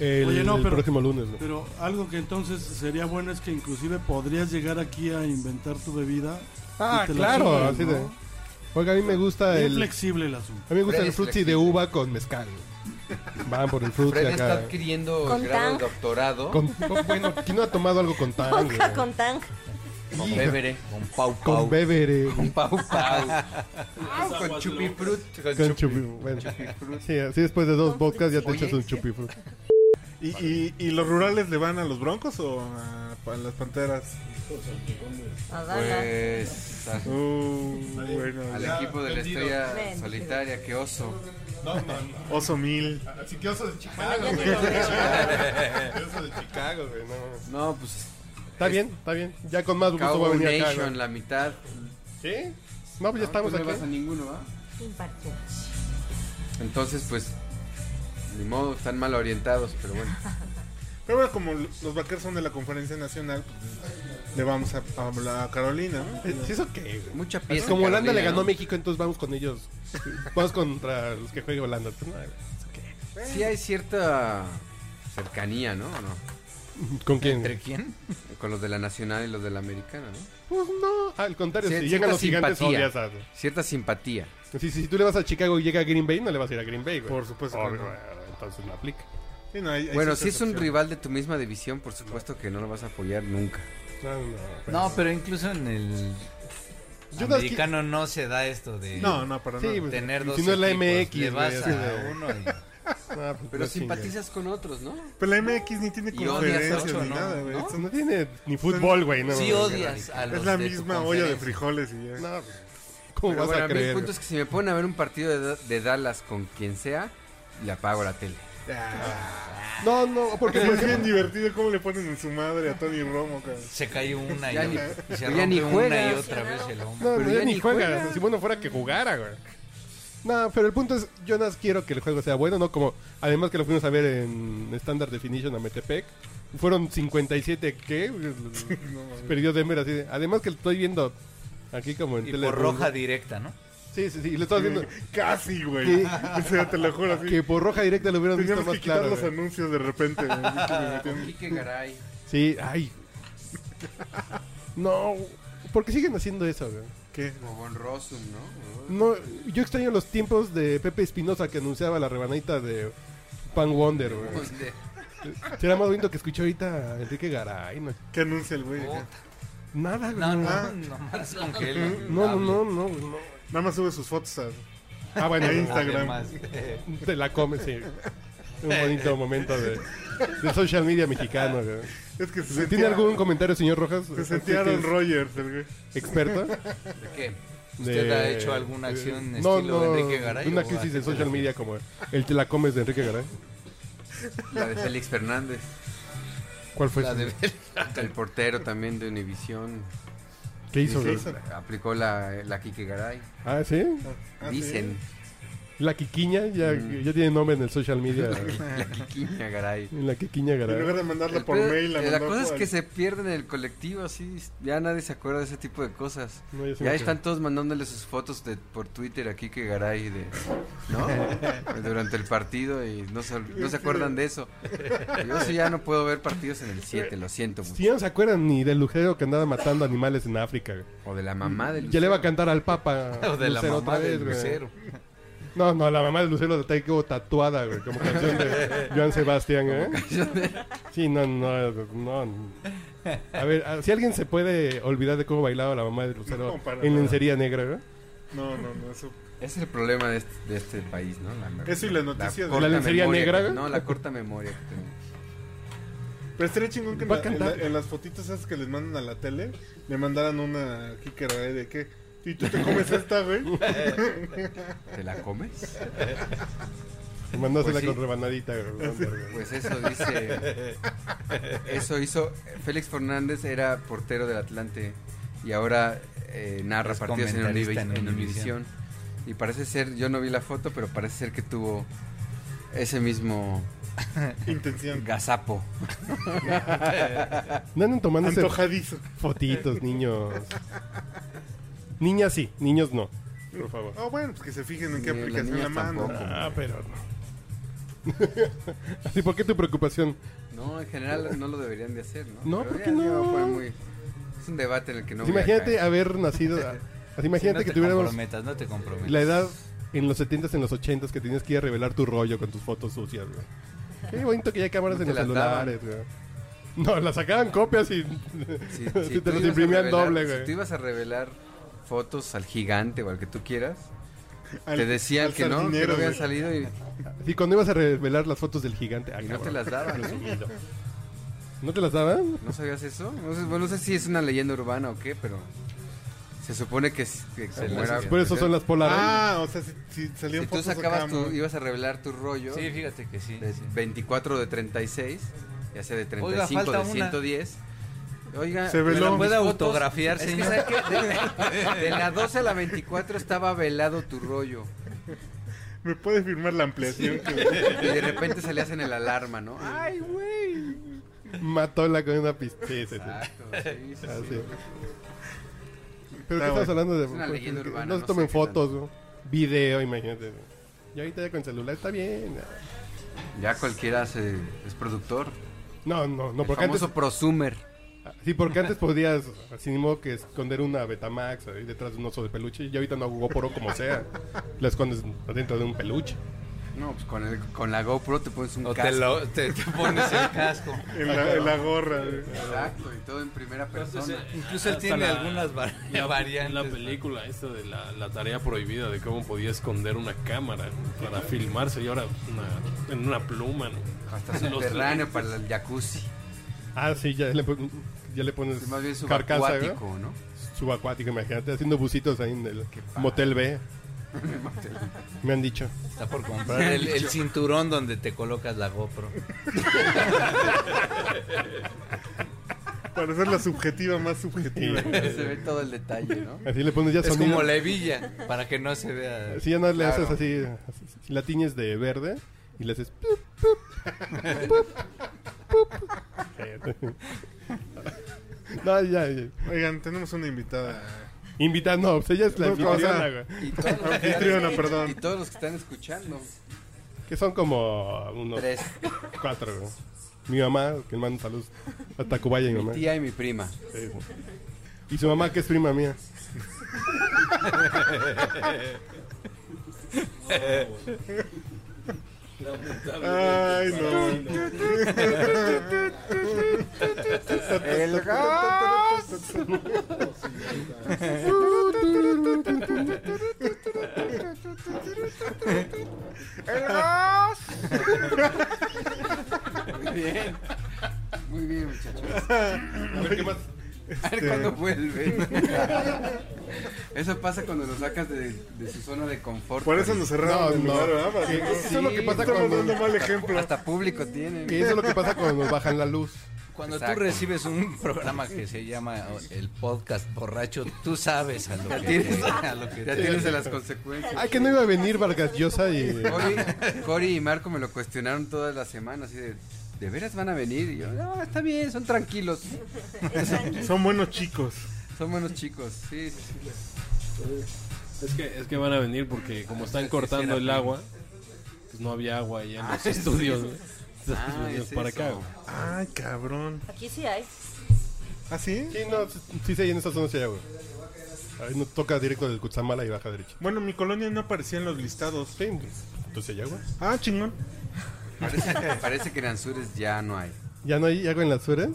[SPEAKER 2] El,
[SPEAKER 9] Oye, no,
[SPEAKER 2] el
[SPEAKER 9] pero-
[SPEAKER 2] próximo lunes. ¿no?
[SPEAKER 9] Pero algo que entonces sería bueno es que inclusive podrías llegar aquí a inventar tu bebida.
[SPEAKER 2] Ah,
[SPEAKER 9] y te la
[SPEAKER 2] claro.
[SPEAKER 9] sirven,
[SPEAKER 2] así
[SPEAKER 9] ¿no?
[SPEAKER 2] de- Oiga, a mí me gusta
[SPEAKER 9] Bien
[SPEAKER 2] el.
[SPEAKER 9] flexible el asunto.
[SPEAKER 2] A mí me gusta
[SPEAKER 9] Freddy
[SPEAKER 2] el
[SPEAKER 9] es
[SPEAKER 2] frutti de
[SPEAKER 9] flexible.
[SPEAKER 2] uva con mezcal. Van por el frutti
[SPEAKER 3] Fred está
[SPEAKER 2] acá.
[SPEAKER 3] adquiriendo
[SPEAKER 5] Con
[SPEAKER 3] el grado
[SPEAKER 5] Tang.
[SPEAKER 3] de doctorado.
[SPEAKER 2] Con- oh, bueno, ¿quién no ha tomado algo con tan? güey?
[SPEAKER 5] Coca con tang.
[SPEAKER 3] Con
[SPEAKER 2] Hija.
[SPEAKER 3] bebere. Con pau pau.
[SPEAKER 2] Con bebere.
[SPEAKER 3] Con pau pau. con chupifrut.
[SPEAKER 2] Con chupi. Bueno, sí, así después de dos podcasts ya te
[SPEAKER 3] Oye.
[SPEAKER 2] echas un chupifrut.
[SPEAKER 1] ¿Y, y, y los rurales le van a los broncos o a, a las panteras?
[SPEAKER 5] A
[SPEAKER 3] Pues. al-
[SPEAKER 1] Uh, bueno,
[SPEAKER 3] al
[SPEAKER 1] ya,
[SPEAKER 3] equipo de la
[SPEAKER 1] vendido.
[SPEAKER 3] estrella
[SPEAKER 1] Vendido.
[SPEAKER 3] solitaria, que oso.
[SPEAKER 1] Oso mil.
[SPEAKER 2] Así que oso de
[SPEAKER 3] Chicago.
[SPEAKER 1] Bueno, yo no lo
[SPEAKER 3] veo.
[SPEAKER 2] Oso de Chicago, güey, no.
[SPEAKER 3] No, pues.
[SPEAKER 2] Está bien, está bien. Ya con más gusto va a
[SPEAKER 3] Cowboy
[SPEAKER 2] venir acá.
[SPEAKER 3] Nation,
[SPEAKER 2] güey.
[SPEAKER 3] la mitad.
[SPEAKER 2] ¿Sí? No, pues ya
[SPEAKER 3] tú
[SPEAKER 2] estamos
[SPEAKER 3] no
[SPEAKER 2] aquí.
[SPEAKER 3] vas a ninguno, ¿va?
[SPEAKER 5] Imparcial.
[SPEAKER 3] Entonces, pues. Ni modo, están mal orientados, pero bueno.
[SPEAKER 1] Pero bueno, como los vaqueros son de la conferencia nacional, pues, le vamos a, a hablar a Carolina. ¿no?
[SPEAKER 2] Eh, sí, eso qué, güey.
[SPEAKER 3] Mucha
[SPEAKER 2] Así Como Holanda le ganó a México, entonces vamos con ellos. Vamos contra los que juegue Holanda. Pues, no, güey, eso qué.
[SPEAKER 3] Sí hay cierta cercanía, ¿no? ¿O no?
[SPEAKER 2] ¿Con quién?
[SPEAKER 3] ¿Entre quién? Con los de la nacional y los de la americana, ¿no?
[SPEAKER 2] Pues no, al contrario,
[SPEAKER 3] Cier-
[SPEAKER 2] si
[SPEAKER 3] cierta
[SPEAKER 2] llegan los gigantes
[SPEAKER 3] simpatía.
[SPEAKER 2] odias a...
[SPEAKER 3] Cierta simpatía.
[SPEAKER 2] Si, si tú le vas a Chicago y llega a Green Bay, no le vas a ir a Green Bay, güey.
[SPEAKER 1] Por supuesto que
[SPEAKER 2] Obvio,
[SPEAKER 1] no.
[SPEAKER 2] güey, Entonces no aplica.
[SPEAKER 1] Sí, no, hay- hay
[SPEAKER 3] Bueno,
[SPEAKER 1] ciertas
[SPEAKER 3] si es un
[SPEAKER 1] opciones.
[SPEAKER 3] rival de tu misma división, por supuesto que no lo vas a apoyar nunca.
[SPEAKER 2] No, no,
[SPEAKER 6] No, pero incluso en el
[SPEAKER 2] Yo no-
[SPEAKER 6] americano no se da esto de
[SPEAKER 1] No, no, para nada.
[SPEAKER 6] tener dos
[SPEAKER 2] Pues, Si no es la
[SPEAKER 6] equipos,
[SPEAKER 2] MX,
[SPEAKER 6] le vas
[SPEAKER 2] güey, así
[SPEAKER 6] a
[SPEAKER 2] de-
[SPEAKER 6] uno y-
[SPEAKER 2] No, pues,
[SPEAKER 3] Ah, Pero
[SPEAKER 2] no
[SPEAKER 3] simpatizas con otros, ¿no?
[SPEAKER 1] Pero la MX ni tiene
[SPEAKER 3] Y odias
[SPEAKER 1] conferencias
[SPEAKER 3] ocho,
[SPEAKER 1] ni
[SPEAKER 3] ¿no?
[SPEAKER 1] nada, güey.
[SPEAKER 3] ¿No?
[SPEAKER 1] Son-
[SPEAKER 2] chingues. No tiene ni fútbol, güey. No,
[SPEAKER 6] Sí
[SPEAKER 2] no,
[SPEAKER 6] odias
[SPEAKER 2] no.
[SPEAKER 6] a los
[SPEAKER 1] es la
[SPEAKER 6] de tu
[SPEAKER 1] misma olla de
[SPEAKER 6] conferencia.
[SPEAKER 1] frijoles y ya.
[SPEAKER 2] No, ¿Cómo
[SPEAKER 3] Pero
[SPEAKER 2] vas a
[SPEAKER 3] bueno, a mí el
[SPEAKER 2] creer?
[SPEAKER 3] punto es que si me ponen a ver un partido de, de Dallas con quien sea, le apago la tele.
[SPEAKER 2] No, no, porque...
[SPEAKER 1] Porque es bien divertido cómo le ponen en su madre a Tony Romo, cabrón.
[SPEAKER 6] se cae una y,
[SPEAKER 3] Ya ni-
[SPEAKER 6] otra, y se
[SPEAKER 3] ya
[SPEAKER 6] rompe
[SPEAKER 3] ni
[SPEAKER 6] una y
[SPEAKER 3] juegas.
[SPEAKER 6] otra vez el hombro.
[SPEAKER 2] No,
[SPEAKER 3] Pero
[SPEAKER 2] ya
[SPEAKER 3] ya
[SPEAKER 2] ni
[SPEAKER 3] ni
[SPEAKER 2] juega.
[SPEAKER 3] juega.
[SPEAKER 2] Si bueno fuera que jugara, güey. No, pero el punto es, yo nada más quiero que el juego sea bueno, ¿no? Como, además que lo fuimos a ver en Standard Definition a Metepec. Fueron 57, ¿qué? Perdió Denver así. de- Además que lo estoy viendo aquí como en
[SPEAKER 6] Y
[SPEAKER 2] tele.
[SPEAKER 6] por roja directa, ¿no?
[SPEAKER 2] Sí, sí, sí. y Lo estaba viendo.
[SPEAKER 1] Casi, güey.
[SPEAKER 2] Sí.
[SPEAKER 1] O sea, te lo juro así.
[SPEAKER 2] Que por roja directa lo hubieran visto
[SPEAKER 1] Teníamos
[SPEAKER 2] más
[SPEAKER 1] que quitar
[SPEAKER 2] claro.
[SPEAKER 1] los
[SPEAKER 2] güey.
[SPEAKER 1] anuncios de repente. güey. Que me
[SPEAKER 3] Con
[SPEAKER 1] metían-
[SPEAKER 3] Quique Garay.
[SPEAKER 2] Sí, ay. No, ¿por qué siguen haciendo eso, güey?
[SPEAKER 1] ¿Qué?
[SPEAKER 3] O Von Rossum, ¿no?
[SPEAKER 2] No, yo extraño los tiempos de Pepe Espinosa que anunciaba la rebanadita de Pan Wonder,
[SPEAKER 6] Pues.
[SPEAKER 2] güey.
[SPEAKER 3] Donde-
[SPEAKER 2] Será más bonito que escuché ahorita a Enrique Garay, no.
[SPEAKER 1] ¿Qué anuncia el güey?
[SPEAKER 6] Puta.
[SPEAKER 2] Nada, güey.
[SPEAKER 6] No,
[SPEAKER 2] No,
[SPEAKER 6] no, no más con que él.
[SPEAKER 2] Ah. no, no, no, güey, no.
[SPEAKER 1] Nada más sube sus fotos a,
[SPEAKER 2] Ah, bueno,
[SPEAKER 1] a
[SPEAKER 2] no,
[SPEAKER 1] Instagram.
[SPEAKER 6] Además,
[SPEAKER 2] te la comes, sí. Un bonito momento de, de social media mexicano, güey.
[SPEAKER 1] Es que se
[SPEAKER 2] ¿Tiene
[SPEAKER 1] sentía-
[SPEAKER 2] algún comentario, señor Rojas?
[SPEAKER 1] Se sentía
[SPEAKER 2] ¿Usted que
[SPEAKER 1] Aaron
[SPEAKER 2] es
[SPEAKER 1] Rodgers, el güey.
[SPEAKER 2] ¿Experto?
[SPEAKER 6] ¿de qué?
[SPEAKER 2] De-
[SPEAKER 6] ¿Usted ha hecho alguna acción
[SPEAKER 2] eh,
[SPEAKER 6] estilo Enrique Garay?
[SPEAKER 2] Una
[SPEAKER 6] o
[SPEAKER 2] crisis
[SPEAKER 6] hace
[SPEAKER 2] de social
[SPEAKER 6] cosas?
[SPEAKER 2] media como el te la comes de Enrique Garay.
[SPEAKER 3] La de Félix Fernández.
[SPEAKER 2] ¿Cuál fue?
[SPEAKER 6] La
[SPEAKER 2] su-
[SPEAKER 6] de
[SPEAKER 3] El portero también de Univisión.
[SPEAKER 2] ¿Qué hizo?
[SPEAKER 1] ¿Qué
[SPEAKER 2] güey?
[SPEAKER 1] hizo?
[SPEAKER 3] Aplicó la, la Quique Garay.
[SPEAKER 2] Ah, ¿sí?
[SPEAKER 1] Ah, sí.
[SPEAKER 3] Dicen.
[SPEAKER 2] La Quiquiña ya,
[SPEAKER 1] Mm.
[SPEAKER 2] ya tiene nombre en el social media.
[SPEAKER 3] La Quiquiña Garay.
[SPEAKER 2] la Quiquiña
[SPEAKER 1] En lugar
[SPEAKER 2] Garay.
[SPEAKER 1] de mandarla
[SPEAKER 3] El
[SPEAKER 1] por
[SPEAKER 3] pedo-
[SPEAKER 1] mail, la
[SPEAKER 3] la
[SPEAKER 1] mandó
[SPEAKER 3] cosa es
[SPEAKER 1] por-
[SPEAKER 3] que se pierden en el colectivo, así ya nadie se acuerda de ese tipo de cosas.
[SPEAKER 2] No, yo sí me
[SPEAKER 3] ya
[SPEAKER 2] acuerdo.
[SPEAKER 3] están todos mandándole sus fotos de, por Twitter aquí que Garay de, ¿no? durante el partido y no se, no se acuerdan de eso. Yo sí ya no puedo ver partidos en el 7, lo siento. mucho.
[SPEAKER 2] Si ya no se acuerdan ni del lujero que andaba matando animales en África. güey.
[SPEAKER 3] O de la mamá del
[SPEAKER 2] Ya le va a cantar al Papa.
[SPEAKER 6] O de la
[SPEAKER 2] Lucero
[SPEAKER 6] mamá del
[SPEAKER 2] güey.
[SPEAKER 6] Lucero.
[SPEAKER 2] No, no, la mamá de Lucero de Taiko tatuada, güey, como canción de Joan Sebastián, ¿eh? Sí, no, no, no. A ver, a- si alguien se puede olvidar de cómo bailaba la mamá de Lucero
[SPEAKER 1] No, para
[SPEAKER 2] en
[SPEAKER 1] nada.
[SPEAKER 2] lencería negra, ¿eh? güey.
[SPEAKER 1] No, no, no, eso.
[SPEAKER 3] Es el problema de este, de este país, ¿no? La-
[SPEAKER 1] Eso y la noticia de-
[SPEAKER 3] corta
[SPEAKER 2] ¿La lencería
[SPEAKER 3] memoria
[SPEAKER 2] negra,
[SPEAKER 3] que-
[SPEAKER 2] güey?
[SPEAKER 3] No, la corta memoria que tenemos.
[SPEAKER 1] Pero estaría chingón que en,
[SPEAKER 2] Va a
[SPEAKER 1] la- en
[SPEAKER 2] cantar.
[SPEAKER 1] la- en las fotitos esas que les mandan a la tele, le mandaran una aquí que era de que. Y tú te comes esta, güey.
[SPEAKER 3] ¿Te la comes?
[SPEAKER 2] Mandásela
[SPEAKER 3] Pues sí.
[SPEAKER 2] con rebanadita, güey.
[SPEAKER 3] Pues eso dice. Eso hizo. Félix Fernández era portero del Atlante y ahora eh, narra
[SPEAKER 6] Es
[SPEAKER 3] partidos en,
[SPEAKER 6] comentarista
[SPEAKER 3] Univi-
[SPEAKER 6] en
[SPEAKER 3] en Univisión. Y parece ser, yo no vi la foto, pero parece ser que tuvo ese mismo
[SPEAKER 1] Intención.
[SPEAKER 3] gazapo.
[SPEAKER 2] No andan tomando ese
[SPEAKER 1] Antojadizo.
[SPEAKER 2] Fotitos, niños. Niñas sí, niños no. Por favor.
[SPEAKER 1] Ah, bueno, pues que se fijen en qué aplicación la mano.
[SPEAKER 2] Ah, pero no. Así, ¿por qué tu preocupación?
[SPEAKER 3] No, en general no lo deberían de hacer, ¿no?
[SPEAKER 2] No,
[SPEAKER 3] Pero
[SPEAKER 2] ¿por
[SPEAKER 3] ya-
[SPEAKER 2] qué
[SPEAKER 3] ya
[SPEAKER 2] no?
[SPEAKER 3] fue muy- Es un debate en el que no
[SPEAKER 2] Así,
[SPEAKER 3] voy a
[SPEAKER 2] imagínate
[SPEAKER 3] caer.
[SPEAKER 2] haber nacido. a- así, imagínate
[SPEAKER 6] no
[SPEAKER 2] que
[SPEAKER 6] te
[SPEAKER 2] tuviéramos.
[SPEAKER 6] comprometas, no te comprometas.
[SPEAKER 2] La edad en los 70s, en los 80s, que tenías que ir a revelar tu rollo con tus fotos sucias, güey. Qué bonito que ya hay cámaras
[SPEAKER 3] No
[SPEAKER 2] en
[SPEAKER 3] te
[SPEAKER 2] los
[SPEAKER 3] las daban.
[SPEAKER 2] celulares, güey. No, las sacaban copias y,
[SPEAKER 3] Si,
[SPEAKER 2] y
[SPEAKER 3] si tú
[SPEAKER 2] ah, te las
[SPEAKER 3] ibas a
[SPEAKER 2] imprimían
[SPEAKER 3] revelar-
[SPEAKER 2] doble,
[SPEAKER 3] Si
[SPEAKER 2] güey.
[SPEAKER 3] tú ibas a revelar fotos al gigante o al que tú quieras,
[SPEAKER 2] Al-
[SPEAKER 3] te decían
[SPEAKER 2] al
[SPEAKER 3] que no, que
[SPEAKER 2] sardinero,
[SPEAKER 3] no habían
[SPEAKER 2] güey.
[SPEAKER 3] salido y
[SPEAKER 2] Y cuando ibas a revelar las fotos del gigante, ah,
[SPEAKER 3] Y no te
[SPEAKER 2] cabrón.
[SPEAKER 3] las daban,
[SPEAKER 2] Los
[SPEAKER 3] ¿eh?
[SPEAKER 2] humildo. ¿No te las daban?
[SPEAKER 3] ¿No sabías eso? No sé, bueno, no sé si es una leyenda urbana o qué, pero se supone que, s- que
[SPEAKER 2] Ah,
[SPEAKER 3] como
[SPEAKER 2] pues,
[SPEAKER 3] era-
[SPEAKER 2] por eso son las Polaroid.
[SPEAKER 1] Ah, o sea, si, si salían
[SPEAKER 3] Si tú
[SPEAKER 1] fotos acá
[SPEAKER 3] sacabas tu,
[SPEAKER 1] muy-
[SPEAKER 3] ibas a revelar tu rollo.
[SPEAKER 6] Sí, fíjate que sí.
[SPEAKER 3] de 24 de 36, ya sea de
[SPEAKER 6] Oiga,
[SPEAKER 3] 35
[SPEAKER 6] falta
[SPEAKER 3] de
[SPEAKER 6] una.
[SPEAKER 3] 110. Oiga,
[SPEAKER 6] Se veló.
[SPEAKER 3] mis
[SPEAKER 6] ¿Pueda
[SPEAKER 3] fotos-
[SPEAKER 6] autografiar,
[SPEAKER 3] Es que,
[SPEAKER 6] señor?
[SPEAKER 3] ¿sabe qué? De, de la 12 a la 24 estaba velado tu rollo.
[SPEAKER 1] ¿Me puedes firmar la ampliación?
[SPEAKER 3] Y de repente salías en el alarma, ¿no? ¡Ay, güey!
[SPEAKER 2] Mató la con una pistola. Sí, sí, sí.
[SPEAKER 3] Exacto, sí, sí,
[SPEAKER 2] Ah,
[SPEAKER 3] sí.
[SPEAKER 2] sí. Pero
[SPEAKER 3] Está
[SPEAKER 2] ¿qué estamos
[SPEAKER 3] bueno.
[SPEAKER 2] hablando de pues,
[SPEAKER 3] Es una leyenda urbana,
[SPEAKER 2] No se
[SPEAKER 3] no
[SPEAKER 2] tomen
[SPEAKER 3] sé qué
[SPEAKER 2] fotos, ¿no? video, imagínate. Y ahorita ya con celular está bien.
[SPEAKER 3] Ya cualquiera se- es productor.
[SPEAKER 2] No, no, no,
[SPEAKER 3] El
[SPEAKER 2] porque antes ah,
[SPEAKER 3] famoso prosumer.
[SPEAKER 2] Sí, porque antes podías, así ni modo que esconder una Betamax ahí detrás de un oso de peluche. Y ahorita no GoPro como sea. La escondes dentro de un peluche.
[SPEAKER 3] No, pues con, el- con la GoPro te pones un
[SPEAKER 6] O
[SPEAKER 3] casco.
[SPEAKER 6] te, lo- te- te pones el casco.
[SPEAKER 1] En la, en la gorra. güey.
[SPEAKER 3] Exacto, y todo en primera persona.
[SPEAKER 6] Incluso él tiene algunas var- variantes.
[SPEAKER 4] En la película esta de la, la tarea prohibida de cómo podía esconder una cámara para filmarse y ahora una- en una pluma. ¿no?
[SPEAKER 3] Hasta subterráneo para el jacuzzi.
[SPEAKER 2] Ah, sí, ya le, pon- ya le pones
[SPEAKER 3] Sí, más bien
[SPEAKER 2] carcasa,
[SPEAKER 3] subacuático,
[SPEAKER 2] ¿no?
[SPEAKER 3] ¿no?
[SPEAKER 2] Subacuático, imagínate, haciendo bucitos ahí en el Motel B. Me han dicho.
[SPEAKER 6] Está por comprar el, el cinturón donde te colocas la GoPro.
[SPEAKER 1] Para hacer la subjetiva más subjetiva.
[SPEAKER 3] Se ve todo el detalle, ¿no?
[SPEAKER 2] Así le pones ya
[SPEAKER 6] es
[SPEAKER 2] sonido.
[SPEAKER 6] como la hebilla, para que no se vea.
[SPEAKER 2] Si ya no le
[SPEAKER 6] Claro.
[SPEAKER 2] haces así, así, si la tiñes de verde y le haces... pup, pup, pup, pup. No, ya, ya.
[SPEAKER 1] Oigan, tenemos una invitada.
[SPEAKER 2] Invita, no, pues ella es la
[SPEAKER 1] No, o sea,
[SPEAKER 2] anfitriona, güey.
[SPEAKER 3] Y todos los que,
[SPEAKER 1] Anfitriona, perdón.
[SPEAKER 3] y todos los que están escuchando.
[SPEAKER 2] Que son como unos
[SPEAKER 3] Tres.
[SPEAKER 2] cuatro, güey. Mi mamá, que le mando saludos a Tacubaya, mi
[SPEAKER 3] Mi
[SPEAKER 2] mamá.
[SPEAKER 3] tía y mi prima.
[SPEAKER 2] Sí, sí. Y su mamá, que es prima mía.
[SPEAKER 1] Ay, no.
[SPEAKER 3] El gas. El gas. Muy bien. Muy bien, muchachos.
[SPEAKER 2] A ver, ¿qué más?
[SPEAKER 3] A ver cuándo vuelven. Eso pasa cuando lo sacas de, de su zona de confort.
[SPEAKER 1] Por eso nos cerraron
[SPEAKER 2] No,
[SPEAKER 1] el
[SPEAKER 2] no.
[SPEAKER 1] lugar, ¿verdad? Para
[SPEAKER 2] Sí,
[SPEAKER 1] que no-
[SPEAKER 2] eso es lo que pasa
[SPEAKER 1] Estamos
[SPEAKER 2] cuando...
[SPEAKER 1] dando mal ejemplo.
[SPEAKER 3] Hasta público tienen.
[SPEAKER 2] Que eso es lo que pasa cuando nos bajan la luz.
[SPEAKER 6] Cuando
[SPEAKER 3] Exacto.
[SPEAKER 6] tú recibes un programa que se llama el podcast borracho, tú sabes a lo
[SPEAKER 3] Ya
[SPEAKER 6] que
[SPEAKER 3] tienes,
[SPEAKER 6] te- a lo que
[SPEAKER 3] ya
[SPEAKER 6] te-
[SPEAKER 3] tienes de las consecuencias.
[SPEAKER 2] Ay, Ah, que no iba a venir Vargas Llosa y...
[SPEAKER 3] Cory, Cory y Marco me lo cuestionaron todas las semanas así de, ¿de veras van a venir? Y yo, no, está bien, son tranquilos.
[SPEAKER 1] Son buenos chicos.
[SPEAKER 3] Son buenos chicos, sí, sí, sí.
[SPEAKER 4] Es que, es que van a venir porque como están cortando el agua, pues no había agua allá en los estudios. ¿no? Entonces,
[SPEAKER 3] Ah,
[SPEAKER 4] pues,
[SPEAKER 3] es
[SPEAKER 4] para
[SPEAKER 3] eso.
[SPEAKER 4] acá. güey.
[SPEAKER 1] Ay, Ah, cabrón.
[SPEAKER 5] Aquí sí hay.
[SPEAKER 1] ¿Ah, sí?
[SPEAKER 2] Sí, no, sí, sí, sí, en esa zona sí hay, güey. Ahí no toca directo del Cutzamala y baja derecha.
[SPEAKER 1] Bueno, mi colonia no aparecía en los listados.
[SPEAKER 2] Sí, pues. entonces ya, güey.
[SPEAKER 1] Ah, chingón.
[SPEAKER 3] Parece, parece que en Anzures ya no hay.
[SPEAKER 2] ¿Ya no hay agua en las sueres?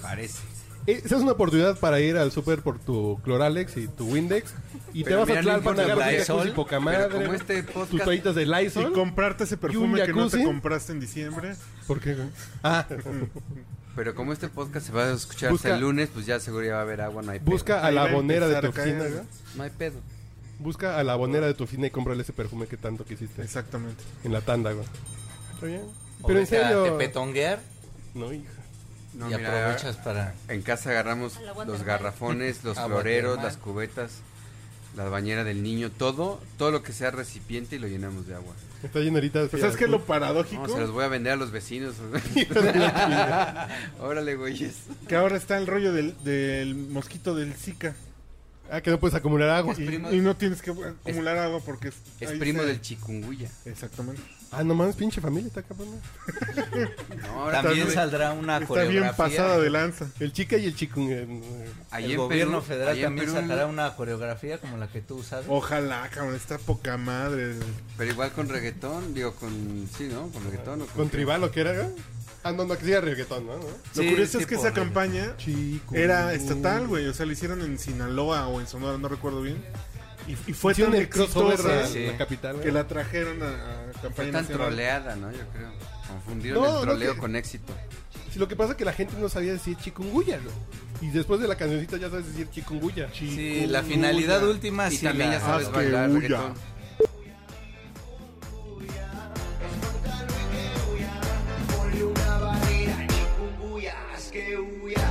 [SPEAKER 3] Parece.
[SPEAKER 2] Eh, Esa es una oportunidad para ir al super por tu Cloralex y tu Windex. Y
[SPEAKER 3] Pero
[SPEAKER 2] te vas
[SPEAKER 3] mira,
[SPEAKER 2] a
[SPEAKER 3] no
[SPEAKER 2] Tlalpan a
[SPEAKER 3] importa,
[SPEAKER 2] agarrar
[SPEAKER 3] Lysol,
[SPEAKER 2] jacuzzi poca
[SPEAKER 3] pero
[SPEAKER 2] madre,
[SPEAKER 3] como este podcast-
[SPEAKER 2] tus toallitas de
[SPEAKER 1] Y
[SPEAKER 2] Lysol.
[SPEAKER 1] comprarte ese
[SPEAKER 2] ¿Y
[SPEAKER 1] perfume
[SPEAKER 2] un
[SPEAKER 1] que no te
[SPEAKER 2] jacuzzi?
[SPEAKER 1] compraste en diciembre.
[SPEAKER 2] ¿Por qué? güey? Ah,
[SPEAKER 3] Pero como este podcast se va a escuchar
[SPEAKER 2] Busca-
[SPEAKER 3] el lunes, pues ya seguro ya va a haber agua, no hay pedo.
[SPEAKER 2] busca a la
[SPEAKER 1] Ahí va a
[SPEAKER 2] abonera de tu
[SPEAKER 1] empezar a caer,
[SPEAKER 2] oficina, güey.
[SPEAKER 3] No hay pedo.
[SPEAKER 2] Busca a la abonera de tu oficina y cómprale ese perfume que tanto quisiste
[SPEAKER 1] Exactamente.
[SPEAKER 2] en la tanda, güey. Está bien.
[SPEAKER 6] o
[SPEAKER 2] Pero en
[SPEAKER 6] vete a
[SPEAKER 2] serio.
[SPEAKER 6] tepetonguear
[SPEAKER 2] No, hija.
[SPEAKER 3] No,
[SPEAKER 6] y
[SPEAKER 3] mira,
[SPEAKER 6] aprovechas para.
[SPEAKER 3] En casa agarramos
[SPEAKER 5] Al agua
[SPEAKER 3] los
[SPEAKER 5] termal.
[SPEAKER 3] garrafones, los
[SPEAKER 6] Agua
[SPEAKER 3] floreros,
[SPEAKER 6] termal.
[SPEAKER 3] las cubetas, la bañera del niño, todo, todo lo que sea recipiente y lo llenamos de agua.
[SPEAKER 2] Está lleno ahorita.
[SPEAKER 1] Pues ¿Sabes qué es lo paradójico?
[SPEAKER 3] No, se los voy a vender a los vecinos. Órale, güeyes.
[SPEAKER 1] Que ahora está el rollo del, del mosquito del Zika.
[SPEAKER 2] Ah, que no puedes acumular agua.
[SPEAKER 1] Y, y no tienes que acumular agua porque es,
[SPEAKER 3] Es
[SPEAKER 1] ahí
[SPEAKER 3] primo
[SPEAKER 1] se-
[SPEAKER 3] del chikungunya.
[SPEAKER 1] Exactamente.
[SPEAKER 2] Ah, nomás, pinche familia, está cabrón.
[SPEAKER 3] ahora También
[SPEAKER 2] bien-
[SPEAKER 3] saldrá una
[SPEAKER 2] está bien
[SPEAKER 3] coreografía.
[SPEAKER 2] pasada de lanza. El chica y el eh, chikung.
[SPEAKER 12] el gobierno federal también sacará una coreografía como la que tú usas.
[SPEAKER 1] Oh, Ojalá, cabrón, está poca madre.
[SPEAKER 3] Pero igual con reggaetón, digo, con. Sí, ¿no? Con reggaetón. O con
[SPEAKER 2] ¿Con tribal o qué era? güey? Ah, no, no, que siga reggaetón, ¿no?
[SPEAKER 1] Lo curioso es que esa campaña
[SPEAKER 2] Chikungunya.
[SPEAKER 1] era estatal, güey. O sea, la hicieron en Sinaloa o en Sonora, no recuerdo bien. Y, y fue
[SPEAKER 2] Hicieron
[SPEAKER 1] tan
[SPEAKER 2] el crossover
[SPEAKER 1] exitosa
[SPEAKER 2] a la Sí. capital,
[SPEAKER 1] que
[SPEAKER 2] güey.
[SPEAKER 1] la trajeron a, a
[SPEAKER 3] Fue
[SPEAKER 1] campaña
[SPEAKER 3] tan
[SPEAKER 1] nacional.
[SPEAKER 3] troleada, ¿no? Yo creo. Confundieron
[SPEAKER 2] No, no,
[SPEAKER 3] el troleo
[SPEAKER 2] que-
[SPEAKER 3] con éxito.
[SPEAKER 2] Si lo que pasa es que la gente no sabía decir chikungunya, ¿no? Y después de la cancioncita ya sabes decir chikungunya.
[SPEAKER 12] Sí, la finalidad última
[SPEAKER 3] Y
[SPEAKER 12] sí
[SPEAKER 3] también
[SPEAKER 12] la-
[SPEAKER 3] ya sabes
[SPEAKER 2] Ah,
[SPEAKER 3] bailar
[SPEAKER 2] que huya.
[SPEAKER 3] reggaetón.
[SPEAKER 6] Este Ponle una barrera, chikungunya, haz que huya.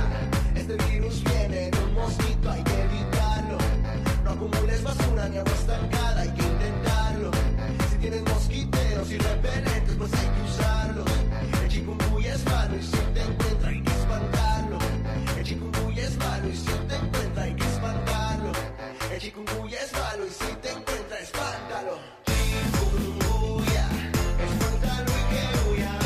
[SPEAKER 6] Este virus viene de un mosquito, hay que evitarlo. No acumules basura ni agua estancada, hay que intentarlo. Si tienes mosquiteros y repelentes, pues hay que usarlos. El chikungunya es malo y si te encuentra, hay que espantarlo. El chikungunya es malo y si te encuentra, hay que espantarlo. El chikungunya es malo y si te encuentra, espántalo. Chikungunya, espántalo y que huya.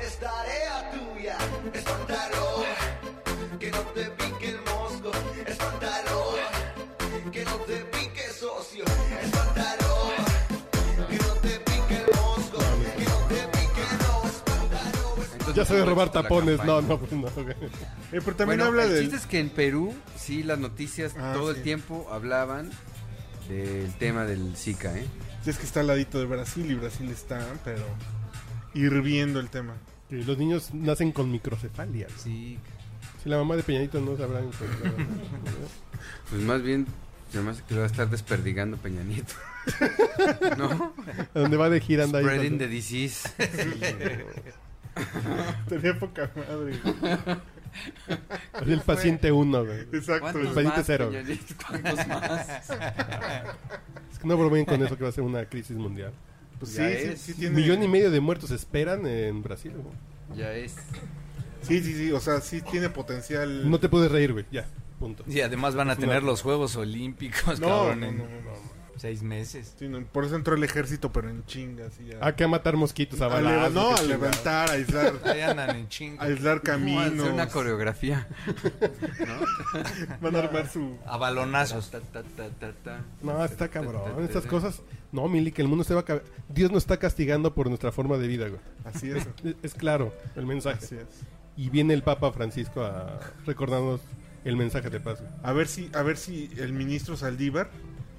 [SPEAKER 6] Es tarea tuya, espántalo, que no te pique el mosco, espántalo, que no te pique socio, espántalo, que no te pique el mosco, que no te pique no, espántalo,
[SPEAKER 2] Ya sabes robar
[SPEAKER 3] La
[SPEAKER 2] tapones. No,
[SPEAKER 3] campaña.
[SPEAKER 2] no, pues no, güey.
[SPEAKER 1] Eh, pero
[SPEAKER 3] Bueno, el chiste es que en Perú, sí, las noticias
[SPEAKER 2] Ah,
[SPEAKER 3] todo el tiempo hablaban del tema del Zika, ¿eh?
[SPEAKER 1] Sí, es que está al ladito de Brasil y Brasil está, pero hirviendo el tema.
[SPEAKER 2] Sí, los niños nacen con microcefalia.
[SPEAKER 12] Sí.
[SPEAKER 2] Si la mamá de Peñadito no sabrá.
[SPEAKER 3] Pues más bien, además que lo va a estar desperdigando Peña Nieto. ¿No?
[SPEAKER 2] ¿A dónde va de gira anda ahí?
[SPEAKER 3] Spreading the disease.
[SPEAKER 1] Tenía poca madre.
[SPEAKER 2] Es el paciente uno, güey.
[SPEAKER 1] Exacto.
[SPEAKER 2] El paciente cero.
[SPEAKER 3] Peña Nieto? ¿Cuántos más?
[SPEAKER 2] Es que no bromeen con eso que va a ser una crisis mundial.
[SPEAKER 1] Pues
[SPEAKER 2] Ya
[SPEAKER 1] sí, sí,
[SPEAKER 2] es.
[SPEAKER 1] sí tiene-
[SPEAKER 2] Millón y medio de muertos esperan en Brasil, güey.
[SPEAKER 3] Ya es.
[SPEAKER 1] Sí, sí, sí, o sea, sí tiene potencial.
[SPEAKER 2] No te puedes reír, güey. Ya, punto.
[SPEAKER 12] Y además van a
[SPEAKER 2] Es
[SPEAKER 12] tener
[SPEAKER 2] una-
[SPEAKER 12] los Juegos Olímpicos,
[SPEAKER 1] No,
[SPEAKER 12] cabrón,
[SPEAKER 1] no,
[SPEAKER 12] en
[SPEAKER 1] no, no,
[SPEAKER 12] seis meses.
[SPEAKER 1] Sí, no, por eso entró el ejército, pero en chingas. y ya.
[SPEAKER 2] Ah, que a matar mosquitos a
[SPEAKER 1] A leva- Ah,
[SPEAKER 2] balazos,
[SPEAKER 1] No, a
[SPEAKER 2] qué chingados.
[SPEAKER 1] levantar, a aislar.
[SPEAKER 12] Ahí andan en chinga.
[SPEAKER 1] Aislar
[SPEAKER 3] Vamos a hacer
[SPEAKER 1] caminos.
[SPEAKER 3] una coreografía.
[SPEAKER 1] Van a armar su.
[SPEAKER 12] A balonazos.
[SPEAKER 3] Ta, ta, ta, ta, ta.
[SPEAKER 2] No, está cabrón. Estas cosas. No, Mili, que el mundo se va a. ca- Dios nos está castigando por nuestra forma de vida, güey.
[SPEAKER 1] Así es.
[SPEAKER 2] Es, es claro el mensaje.
[SPEAKER 1] Así es.
[SPEAKER 2] Y viene el Papa Francisco a recordarnos el mensaje de paz. güey.
[SPEAKER 1] A ver si, a ver si el ministro Saldívar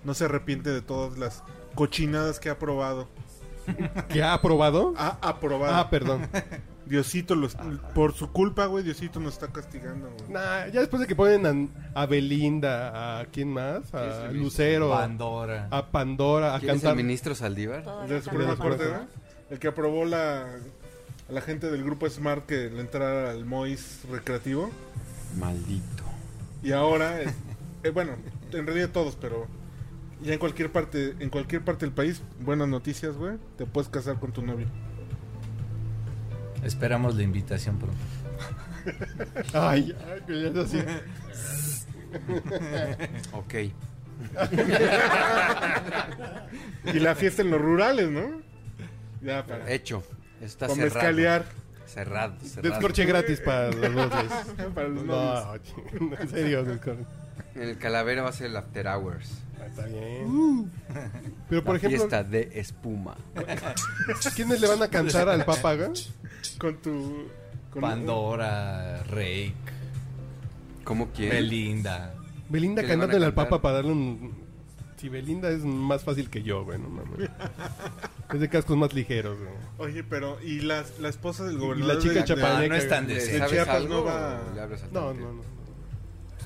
[SPEAKER 1] no se arrepiente de todas las cochinadas que ha aprobado.
[SPEAKER 2] ¿Que ha aprobado?
[SPEAKER 1] Ha aprobado.
[SPEAKER 2] Ah, perdón.
[SPEAKER 1] Diosito los, por su culpa, güey, Diosito nos está castigando, güey.
[SPEAKER 2] Nah, ya después de que ponen a, a Belinda, a quién más, a Lucero,
[SPEAKER 12] Pandora.
[SPEAKER 2] a Pandora, a
[SPEAKER 3] ¿Quién es
[SPEAKER 2] cantar.
[SPEAKER 3] el ministro Saldívar?
[SPEAKER 1] El de la Suprema Corte, ¿no? El que aprobó la, a la gente del grupo Smart que le entrara al MOIS recreativo.
[SPEAKER 3] Maldito.
[SPEAKER 1] Y ahora, eh, eh, bueno, en realidad todos, pero ya en cualquier parte, en cualquier parte del país, buenas noticias, güey. Te puedes casar con tu novio.
[SPEAKER 12] Esperamos la invitación pronto.
[SPEAKER 2] Ay, ay, que ya es así.
[SPEAKER 3] Ok.
[SPEAKER 1] Y la fiesta en los rurales, ¿no? Ya para.
[SPEAKER 3] Hecho. Está
[SPEAKER 1] Con
[SPEAKER 3] cerrado.
[SPEAKER 1] mezcalear.
[SPEAKER 3] Cerrado, cerrado.
[SPEAKER 2] Descorche gratis para los dos. güey.
[SPEAKER 1] Para los
[SPEAKER 2] no,
[SPEAKER 1] novios.
[SPEAKER 2] ching, en serio, descorche.
[SPEAKER 3] En el Calavera va a ser el After Hours.
[SPEAKER 2] Ah, Está bien. Pero por
[SPEAKER 3] Uh. la
[SPEAKER 2] ejemplo,
[SPEAKER 3] Fiesta de espuma.
[SPEAKER 2] ¿quiénes le van a cantar al Papa? güey?
[SPEAKER 1] Con tu. Con
[SPEAKER 12] Pandora, Rake,
[SPEAKER 3] ¿Cómo quién?
[SPEAKER 12] Belinda.
[SPEAKER 2] Belinda
[SPEAKER 3] ¿Qué le van a
[SPEAKER 2] cantándole al
[SPEAKER 3] cantar?
[SPEAKER 2] Papa para darle un. Si Belinda es más fácil que yo, güey, no mames. Es de cascos más ligeros, güey.
[SPEAKER 1] Oye, pero. ¿Y la, la esposa del
[SPEAKER 2] Y
[SPEAKER 1] gobernador?
[SPEAKER 2] la chica
[SPEAKER 1] de-
[SPEAKER 2] chapaneca.
[SPEAKER 1] de-
[SPEAKER 12] no es tan
[SPEAKER 2] güey.
[SPEAKER 12] de-
[SPEAKER 3] ¿Le
[SPEAKER 1] de
[SPEAKER 3] sabes
[SPEAKER 1] Chiapas
[SPEAKER 3] algo
[SPEAKER 1] no va-
[SPEAKER 3] o le hablas al
[SPEAKER 2] No,
[SPEAKER 3] tante?
[SPEAKER 2] no, no.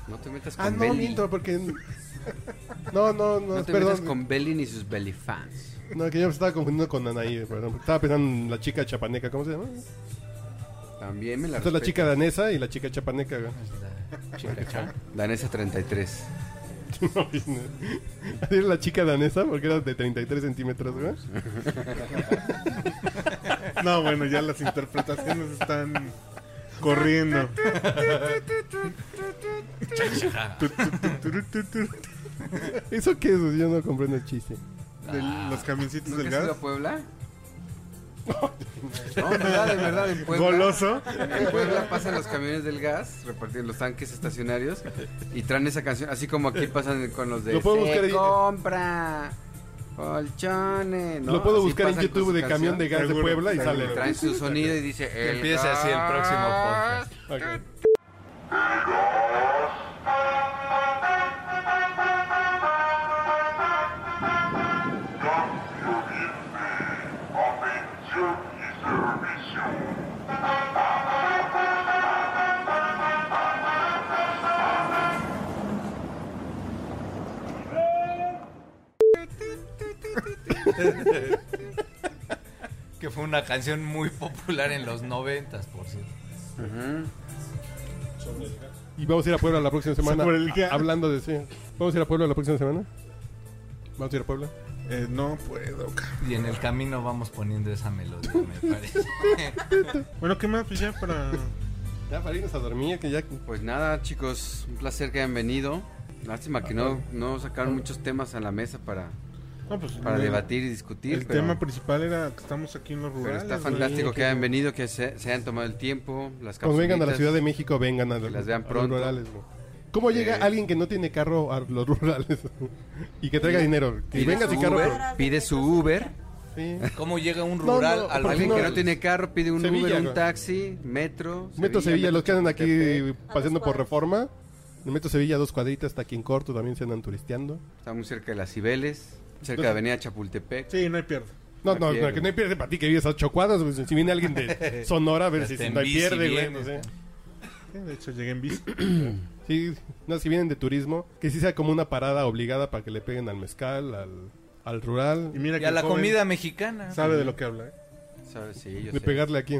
[SPEAKER 3] No te metas con
[SPEAKER 2] Ah, no,
[SPEAKER 3] Belly.
[SPEAKER 2] miento, porque. No, no, no,
[SPEAKER 3] No te metas
[SPEAKER 2] perdón.
[SPEAKER 3] con Belly ni sus Belly fans.
[SPEAKER 2] No, que yo me estaba confundiendo con Anaí, perdón. Estaba pensando en la chica chapaneca, ¿cómo se llama?
[SPEAKER 3] También me la
[SPEAKER 2] Esta es la
[SPEAKER 3] respeto.
[SPEAKER 2] chica danesa y la chica chapaneca, güey.
[SPEAKER 12] Chica, cha.
[SPEAKER 3] Danesa 33.
[SPEAKER 2] No, Así era la chica danesa porque era de 33 centímetros, güey.
[SPEAKER 1] No, bueno, ya las interpretaciones están corriendo.
[SPEAKER 2] ¿Eso qué es? Yo no comprendo el chiste.
[SPEAKER 1] ¿De los camioncitos del
[SPEAKER 3] ¿Has
[SPEAKER 1] gas?
[SPEAKER 3] ido a Puebla? No, de verdad, de verdad, en Puebla.
[SPEAKER 1] Goloso.
[SPEAKER 3] En Puebla pasan los camiones del gas, repartir los tanques estacionarios y traen esa canción, así como aquí pasan con los de
[SPEAKER 2] Lo puedo
[SPEAKER 3] "Se
[SPEAKER 2] buscar ahí.
[SPEAKER 3] compra colchones. ¿no?
[SPEAKER 2] Lo puedo
[SPEAKER 3] Así
[SPEAKER 2] buscar en
[SPEAKER 3] pasan con
[SPEAKER 2] YouTube
[SPEAKER 3] su
[SPEAKER 2] de
[SPEAKER 3] canción.
[SPEAKER 2] camión de gas de
[SPEAKER 3] Seguro,
[SPEAKER 2] Puebla y
[SPEAKER 3] seguro.
[SPEAKER 2] sale.
[SPEAKER 3] Traen su sonido y dice
[SPEAKER 2] Que
[SPEAKER 3] "El
[SPEAKER 2] empiece así el próximo
[SPEAKER 3] gas".
[SPEAKER 2] podcast.
[SPEAKER 6] que fue una canción muy popular en los noventas, por cierto.
[SPEAKER 2] Y vamos a ir a Puebla la próxima semana.
[SPEAKER 1] Sobre el gas.
[SPEAKER 2] ha- Hablando de sí. ¿Vamos a ir a Puebla la próxima semana? ¿Vamos a ir a Puebla?
[SPEAKER 1] no puedo.
[SPEAKER 6] Y en el camino vamos poniendo esa melodía, me parece.
[SPEAKER 1] Bueno, ¿qué más? Pues ya para...
[SPEAKER 2] Ya para irnos a dormir, que ya...
[SPEAKER 3] Pues nada, chicos, un placer que hayan venido. Lástima que no, no sacaron muchos temas a la mesa para,
[SPEAKER 1] No, pues,
[SPEAKER 3] para
[SPEAKER 1] el-
[SPEAKER 3] debatir y discutir.
[SPEAKER 1] El
[SPEAKER 3] pero-
[SPEAKER 1] tema principal era que estamos aquí en los
[SPEAKER 3] Pero
[SPEAKER 1] rurales.
[SPEAKER 3] está
[SPEAKER 1] güey.
[SPEAKER 3] fantástico que hayan venido, que se, se hayan tomado el tiempo, las
[SPEAKER 2] Cuando vengan a la
[SPEAKER 3] capsulitas.
[SPEAKER 2] Ciudad de México, vengan a,
[SPEAKER 3] que
[SPEAKER 2] los-
[SPEAKER 3] las vean
[SPEAKER 2] a
[SPEAKER 3] pronto.
[SPEAKER 2] los rurales. güey. ¿Cómo llega
[SPEAKER 3] Eh,
[SPEAKER 2] alguien que no tiene carro a los rurales? y que traiga dinero. Que
[SPEAKER 3] pide
[SPEAKER 2] venga
[SPEAKER 3] su
[SPEAKER 2] sin carro.
[SPEAKER 3] Uber,
[SPEAKER 2] pero-
[SPEAKER 3] Pide su Uber.
[SPEAKER 6] ¿Cómo llega un
[SPEAKER 2] No,
[SPEAKER 6] rural
[SPEAKER 2] no,
[SPEAKER 6] al
[SPEAKER 2] porque
[SPEAKER 3] Alguien
[SPEAKER 2] no-
[SPEAKER 3] que no tiene carro pide un
[SPEAKER 2] Sevilla,
[SPEAKER 3] Uber,
[SPEAKER 2] güey.
[SPEAKER 3] un taxi, metro.
[SPEAKER 2] Metro Sevilla, los que andan aquí
[SPEAKER 3] Metepec.
[SPEAKER 2] paseando por reforma. El Metro Sevilla, dos cuadritas, está aquí en corto, también se andan turisteando.
[SPEAKER 3] Está muy cerca de las Cibeles, cerca de
[SPEAKER 2] Entonces-
[SPEAKER 3] Avenida Chapultepec.
[SPEAKER 1] Sí, no hay pierde.
[SPEAKER 2] No, no,
[SPEAKER 3] Aquí,
[SPEAKER 2] no, que no hay pierde para ti que vives a ocho cuadras. güey. Si viene alguien de Sonora, a ver si
[SPEAKER 6] Hasta
[SPEAKER 2] si
[SPEAKER 6] en
[SPEAKER 2] no hay
[SPEAKER 6] bici
[SPEAKER 2] pierde, güey.
[SPEAKER 6] vienes,
[SPEAKER 2] no sé.
[SPEAKER 1] Sí, De hecho, llegué en bici.
[SPEAKER 2] Sí, no, si vienen de turismo, que sí sea como una parada obligada para que le peguen al mezcal, al, al rural.
[SPEAKER 1] Y mira
[SPEAKER 6] Y
[SPEAKER 1] que
[SPEAKER 6] a
[SPEAKER 1] el
[SPEAKER 6] la
[SPEAKER 1] joven
[SPEAKER 6] comida mexicana.
[SPEAKER 1] Sabe de lo que habla, ¿eh?
[SPEAKER 3] ¿Sabes? Sí, yo
[SPEAKER 2] de
[SPEAKER 3] sé.
[SPEAKER 2] pegarle aquí.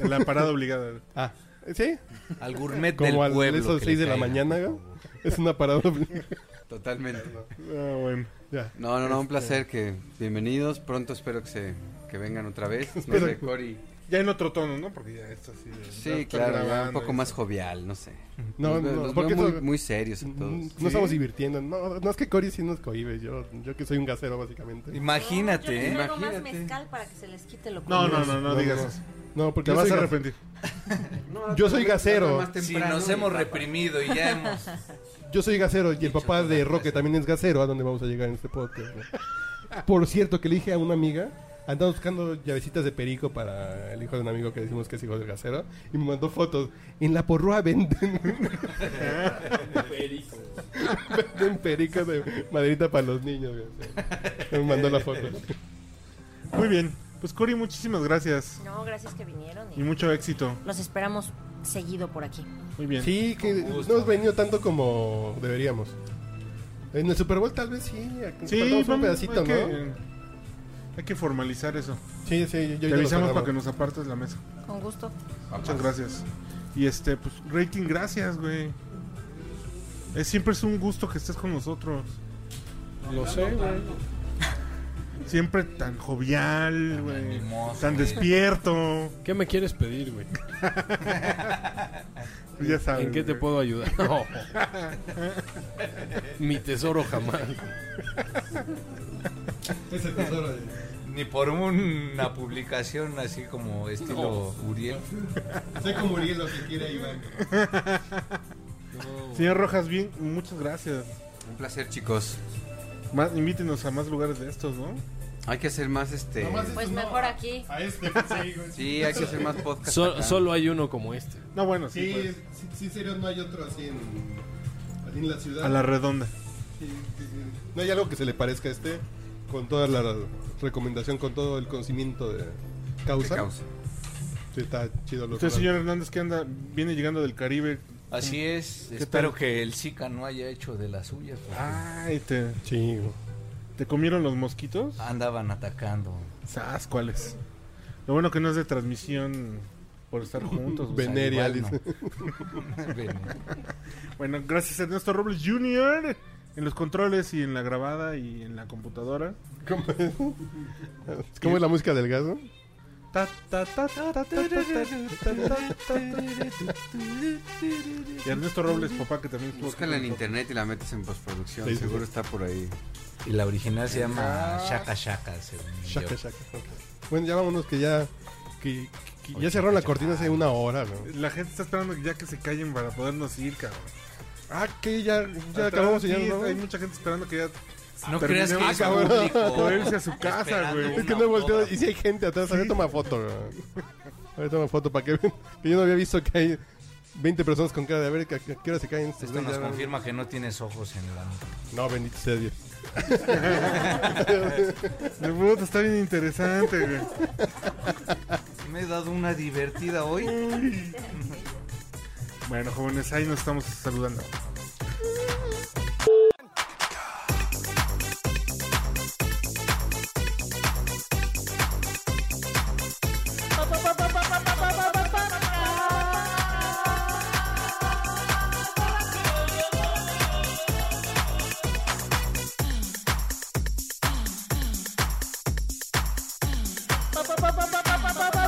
[SPEAKER 1] En la parada obligada.
[SPEAKER 2] Ah, ¿sí?
[SPEAKER 6] Al gourmet del
[SPEAKER 2] Como a
[SPEAKER 6] pueblo
[SPEAKER 2] esos
[SPEAKER 6] que le
[SPEAKER 2] 6 de la
[SPEAKER 6] caiga.
[SPEAKER 2] mañana, güey. Es una parada obligada.
[SPEAKER 3] Totalmente.
[SPEAKER 1] Ah, bueno.
[SPEAKER 2] Ya.
[SPEAKER 3] No, no, no, un placer que bienvenidos. Pronto espero que se que vengan otra vez. No
[SPEAKER 1] Espero
[SPEAKER 3] sé,
[SPEAKER 1] que-
[SPEAKER 3] Cory.
[SPEAKER 1] Ya en otro tono, ¿no? Porque ya está así. de- ya
[SPEAKER 3] Sí,
[SPEAKER 1] están
[SPEAKER 3] claro, ya un
[SPEAKER 1] grabando
[SPEAKER 3] poco
[SPEAKER 1] y-
[SPEAKER 3] más jovial, no sé.
[SPEAKER 2] No,
[SPEAKER 3] Los-
[SPEAKER 2] no,
[SPEAKER 3] los veo
[SPEAKER 2] porque
[SPEAKER 3] muy,
[SPEAKER 2] eso-
[SPEAKER 3] muy serios en
[SPEAKER 2] No
[SPEAKER 3] todos.
[SPEAKER 2] estamos divirtiendo. No, no es que Cory sí nos cohibe. Yo, yo que soy un gasero, básicamente.
[SPEAKER 5] Yo
[SPEAKER 6] Imagínate,
[SPEAKER 5] les
[SPEAKER 6] ¿eh?
[SPEAKER 5] traigo más mezcal para que se les quite lo
[SPEAKER 1] No,
[SPEAKER 5] curioso.
[SPEAKER 1] no, no, no digas
[SPEAKER 2] no.
[SPEAKER 1] eso.
[SPEAKER 2] No, porque
[SPEAKER 1] Te
[SPEAKER 2] yo
[SPEAKER 1] vas
[SPEAKER 2] soy
[SPEAKER 1] a
[SPEAKER 2] gas-
[SPEAKER 1] arrepentir.
[SPEAKER 2] Yo soy gasero.
[SPEAKER 6] Si nos hemos reprimido y ya hemos...
[SPEAKER 2] Yo soy gasero y el papá de Roque también es gasero, a donde vamos a llegar en este podcast. ¿no? Por cierto, que le dije a una amiga, andaba buscando llavecitas de perico para el hijo de un amigo que decimos que es hijo del gasero, y me mandó fotos. En la porrúa venden,
[SPEAKER 13] Perico.
[SPEAKER 2] venden perico de maderita para los niños. güey. Me mandó la foto.
[SPEAKER 1] Muy bien. Pues, Cori, muchísimas gracias.
[SPEAKER 5] No, gracias que vinieron.
[SPEAKER 1] Y
[SPEAKER 5] Y
[SPEAKER 1] mucho éxito.
[SPEAKER 5] los esperamos seguido por aquí.
[SPEAKER 1] Muy bien.
[SPEAKER 2] Sí, que no hemos venido tanto como deberíamos. En el Super Bowl tal vez sí. aquí
[SPEAKER 1] Sí,
[SPEAKER 2] faltamos pues, un
[SPEAKER 1] vamos,
[SPEAKER 2] pedacito,
[SPEAKER 1] hay,
[SPEAKER 2] ¿no?
[SPEAKER 1] que, eh, hay que formalizar eso.
[SPEAKER 2] Sí, sí, yo- yo
[SPEAKER 1] Te
[SPEAKER 2] ya lo
[SPEAKER 1] avisamos
[SPEAKER 2] cerramos.
[SPEAKER 1] para que nos apartes la mesa.
[SPEAKER 5] Con gusto.
[SPEAKER 1] Muchas gracias. Y este, pues, rating, gracias, güey. Es, siempre es un gusto que estés con nosotros. Lo sé, güey. Siempre tan jovial, güey.
[SPEAKER 6] animoso,
[SPEAKER 1] Tan
[SPEAKER 6] güey.
[SPEAKER 1] despierto.
[SPEAKER 4] ¿Qué me quieres pedir, güey?
[SPEAKER 1] pues Ya sabes.
[SPEAKER 4] ¿En qué te
[SPEAKER 1] güey.
[SPEAKER 4] puedo ayudar? No. Mi tesoro jamás.
[SPEAKER 6] Ese tesoro de- Ni por una publicación así como estilo Uriel.
[SPEAKER 2] Soy como Uriel, lo que quiere Iván.
[SPEAKER 1] Señor Rojas, bien, muchas gracias.
[SPEAKER 3] Un placer, chicos.
[SPEAKER 1] Más, invítenos a más lugares de estos, ¿no?
[SPEAKER 3] Hay que hacer más este.
[SPEAKER 5] Pues mejor aquí.
[SPEAKER 2] A este, sí, güey.
[SPEAKER 3] Sí, hay que hacer más podcast.
[SPEAKER 4] Sol-
[SPEAKER 3] acá.
[SPEAKER 4] solo hay uno como este.
[SPEAKER 1] No, bueno, sí.
[SPEAKER 2] Sí,
[SPEAKER 1] pues,
[SPEAKER 2] sí, sí, en serio, no hay otro así en, así en la ciudad.
[SPEAKER 1] a la redonda.
[SPEAKER 2] Sí, sí, sí. No hay algo que se le parezca a este, con toda la recomendación, con todo el conocimiento de
[SPEAKER 3] ¿Qué
[SPEAKER 2] causa.
[SPEAKER 3] causa?
[SPEAKER 2] Sí, está chido. lo
[SPEAKER 1] Usted,
[SPEAKER 2] rural.
[SPEAKER 1] señor Hernández, que anda, viene llegando del Caribe.
[SPEAKER 6] Así es. Espero que el Zika no haya hecho de las suyas. porque
[SPEAKER 2] Ah.
[SPEAKER 1] Ay, te,
[SPEAKER 2] Sí, güey.
[SPEAKER 1] ¿te comieron los mosquitos?
[SPEAKER 6] Andaban atacando.
[SPEAKER 1] ¿Sabes cuáles? Lo bueno que no es de transmisión Por estar juntos. güey.
[SPEAKER 2] Veneria,
[SPEAKER 1] Igual no.
[SPEAKER 2] dice. Veneria.
[SPEAKER 1] bueno, gracias a Ernesto Robles Jr. En los controles y en la grabada y en la computadora.
[SPEAKER 2] ¿Cómo es? ¿Cómo es la música del gato?
[SPEAKER 1] Ta, ta, ta, ta, ta, ta, ta, ta, ta, ta. Y Ernesto Robles, papá, que también estuvo
[SPEAKER 3] Búscala en
[SPEAKER 1] aquí con
[SPEAKER 3] internet y la metes en postproducción.
[SPEAKER 1] Sí, sí,
[SPEAKER 3] Seguro
[SPEAKER 1] sí.
[SPEAKER 3] está por ahí.
[SPEAKER 6] Y la original se llama Shaka Shaka, según
[SPEAKER 2] Ah. Shaka,
[SPEAKER 6] yo.
[SPEAKER 2] shaka, ok. Bueno, ya vámonos que ya. Que, que ya cerraron la cortina hace una hora, ¿no?
[SPEAKER 1] nosotros. La gente está esperando ya que se callen para podernos ir, cabrón.
[SPEAKER 2] Ah, que ya, ya
[SPEAKER 1] Atrás,
[SPEAKER 2] acabamos y ya
[SPEAKER 1] sí,
[SPEAKER 2] nos vamos.
[SPEAKER 1] Hay mucha gente esperando que ya.
[SPEAKER 2] No
[SPEAKER 1] terminemos.
[SPEAKER 2] creas que es
[SPEAKER 1] Ah, cabrón.
[SPEAKER 2] público.
[SPEAKER 1] Poder irse a su casa, güey.
[SPEAKER 2] Es que no he volteado. Y si hay gente atrás, a ver, toma foto. güey. A ver, toma foto para que vean. Que yo no había visto que hay 20 personas con cara de a ver, ¿a qué a qué hora se caen? estos
[SPEAKER 6] Esto
[SPEAKER 2] güeyes?
[SPEAKER 6] nos
[SPEAKER 2] Ya,
[SPEAKER 6] confirma que no tienes ojos en la nuca.
[SPEAKER 2] No, bendito sea Dios.
[SPEAKER 1] De puta, está bien interesante, güey.
[SPEAKER 6] Me he dado una divertida hoy.
[SPEAKER 1] Bueno, jóvenes, ahí nos estamos saludando.
[SPEAKER 13] pa pa pa pa pa pa pa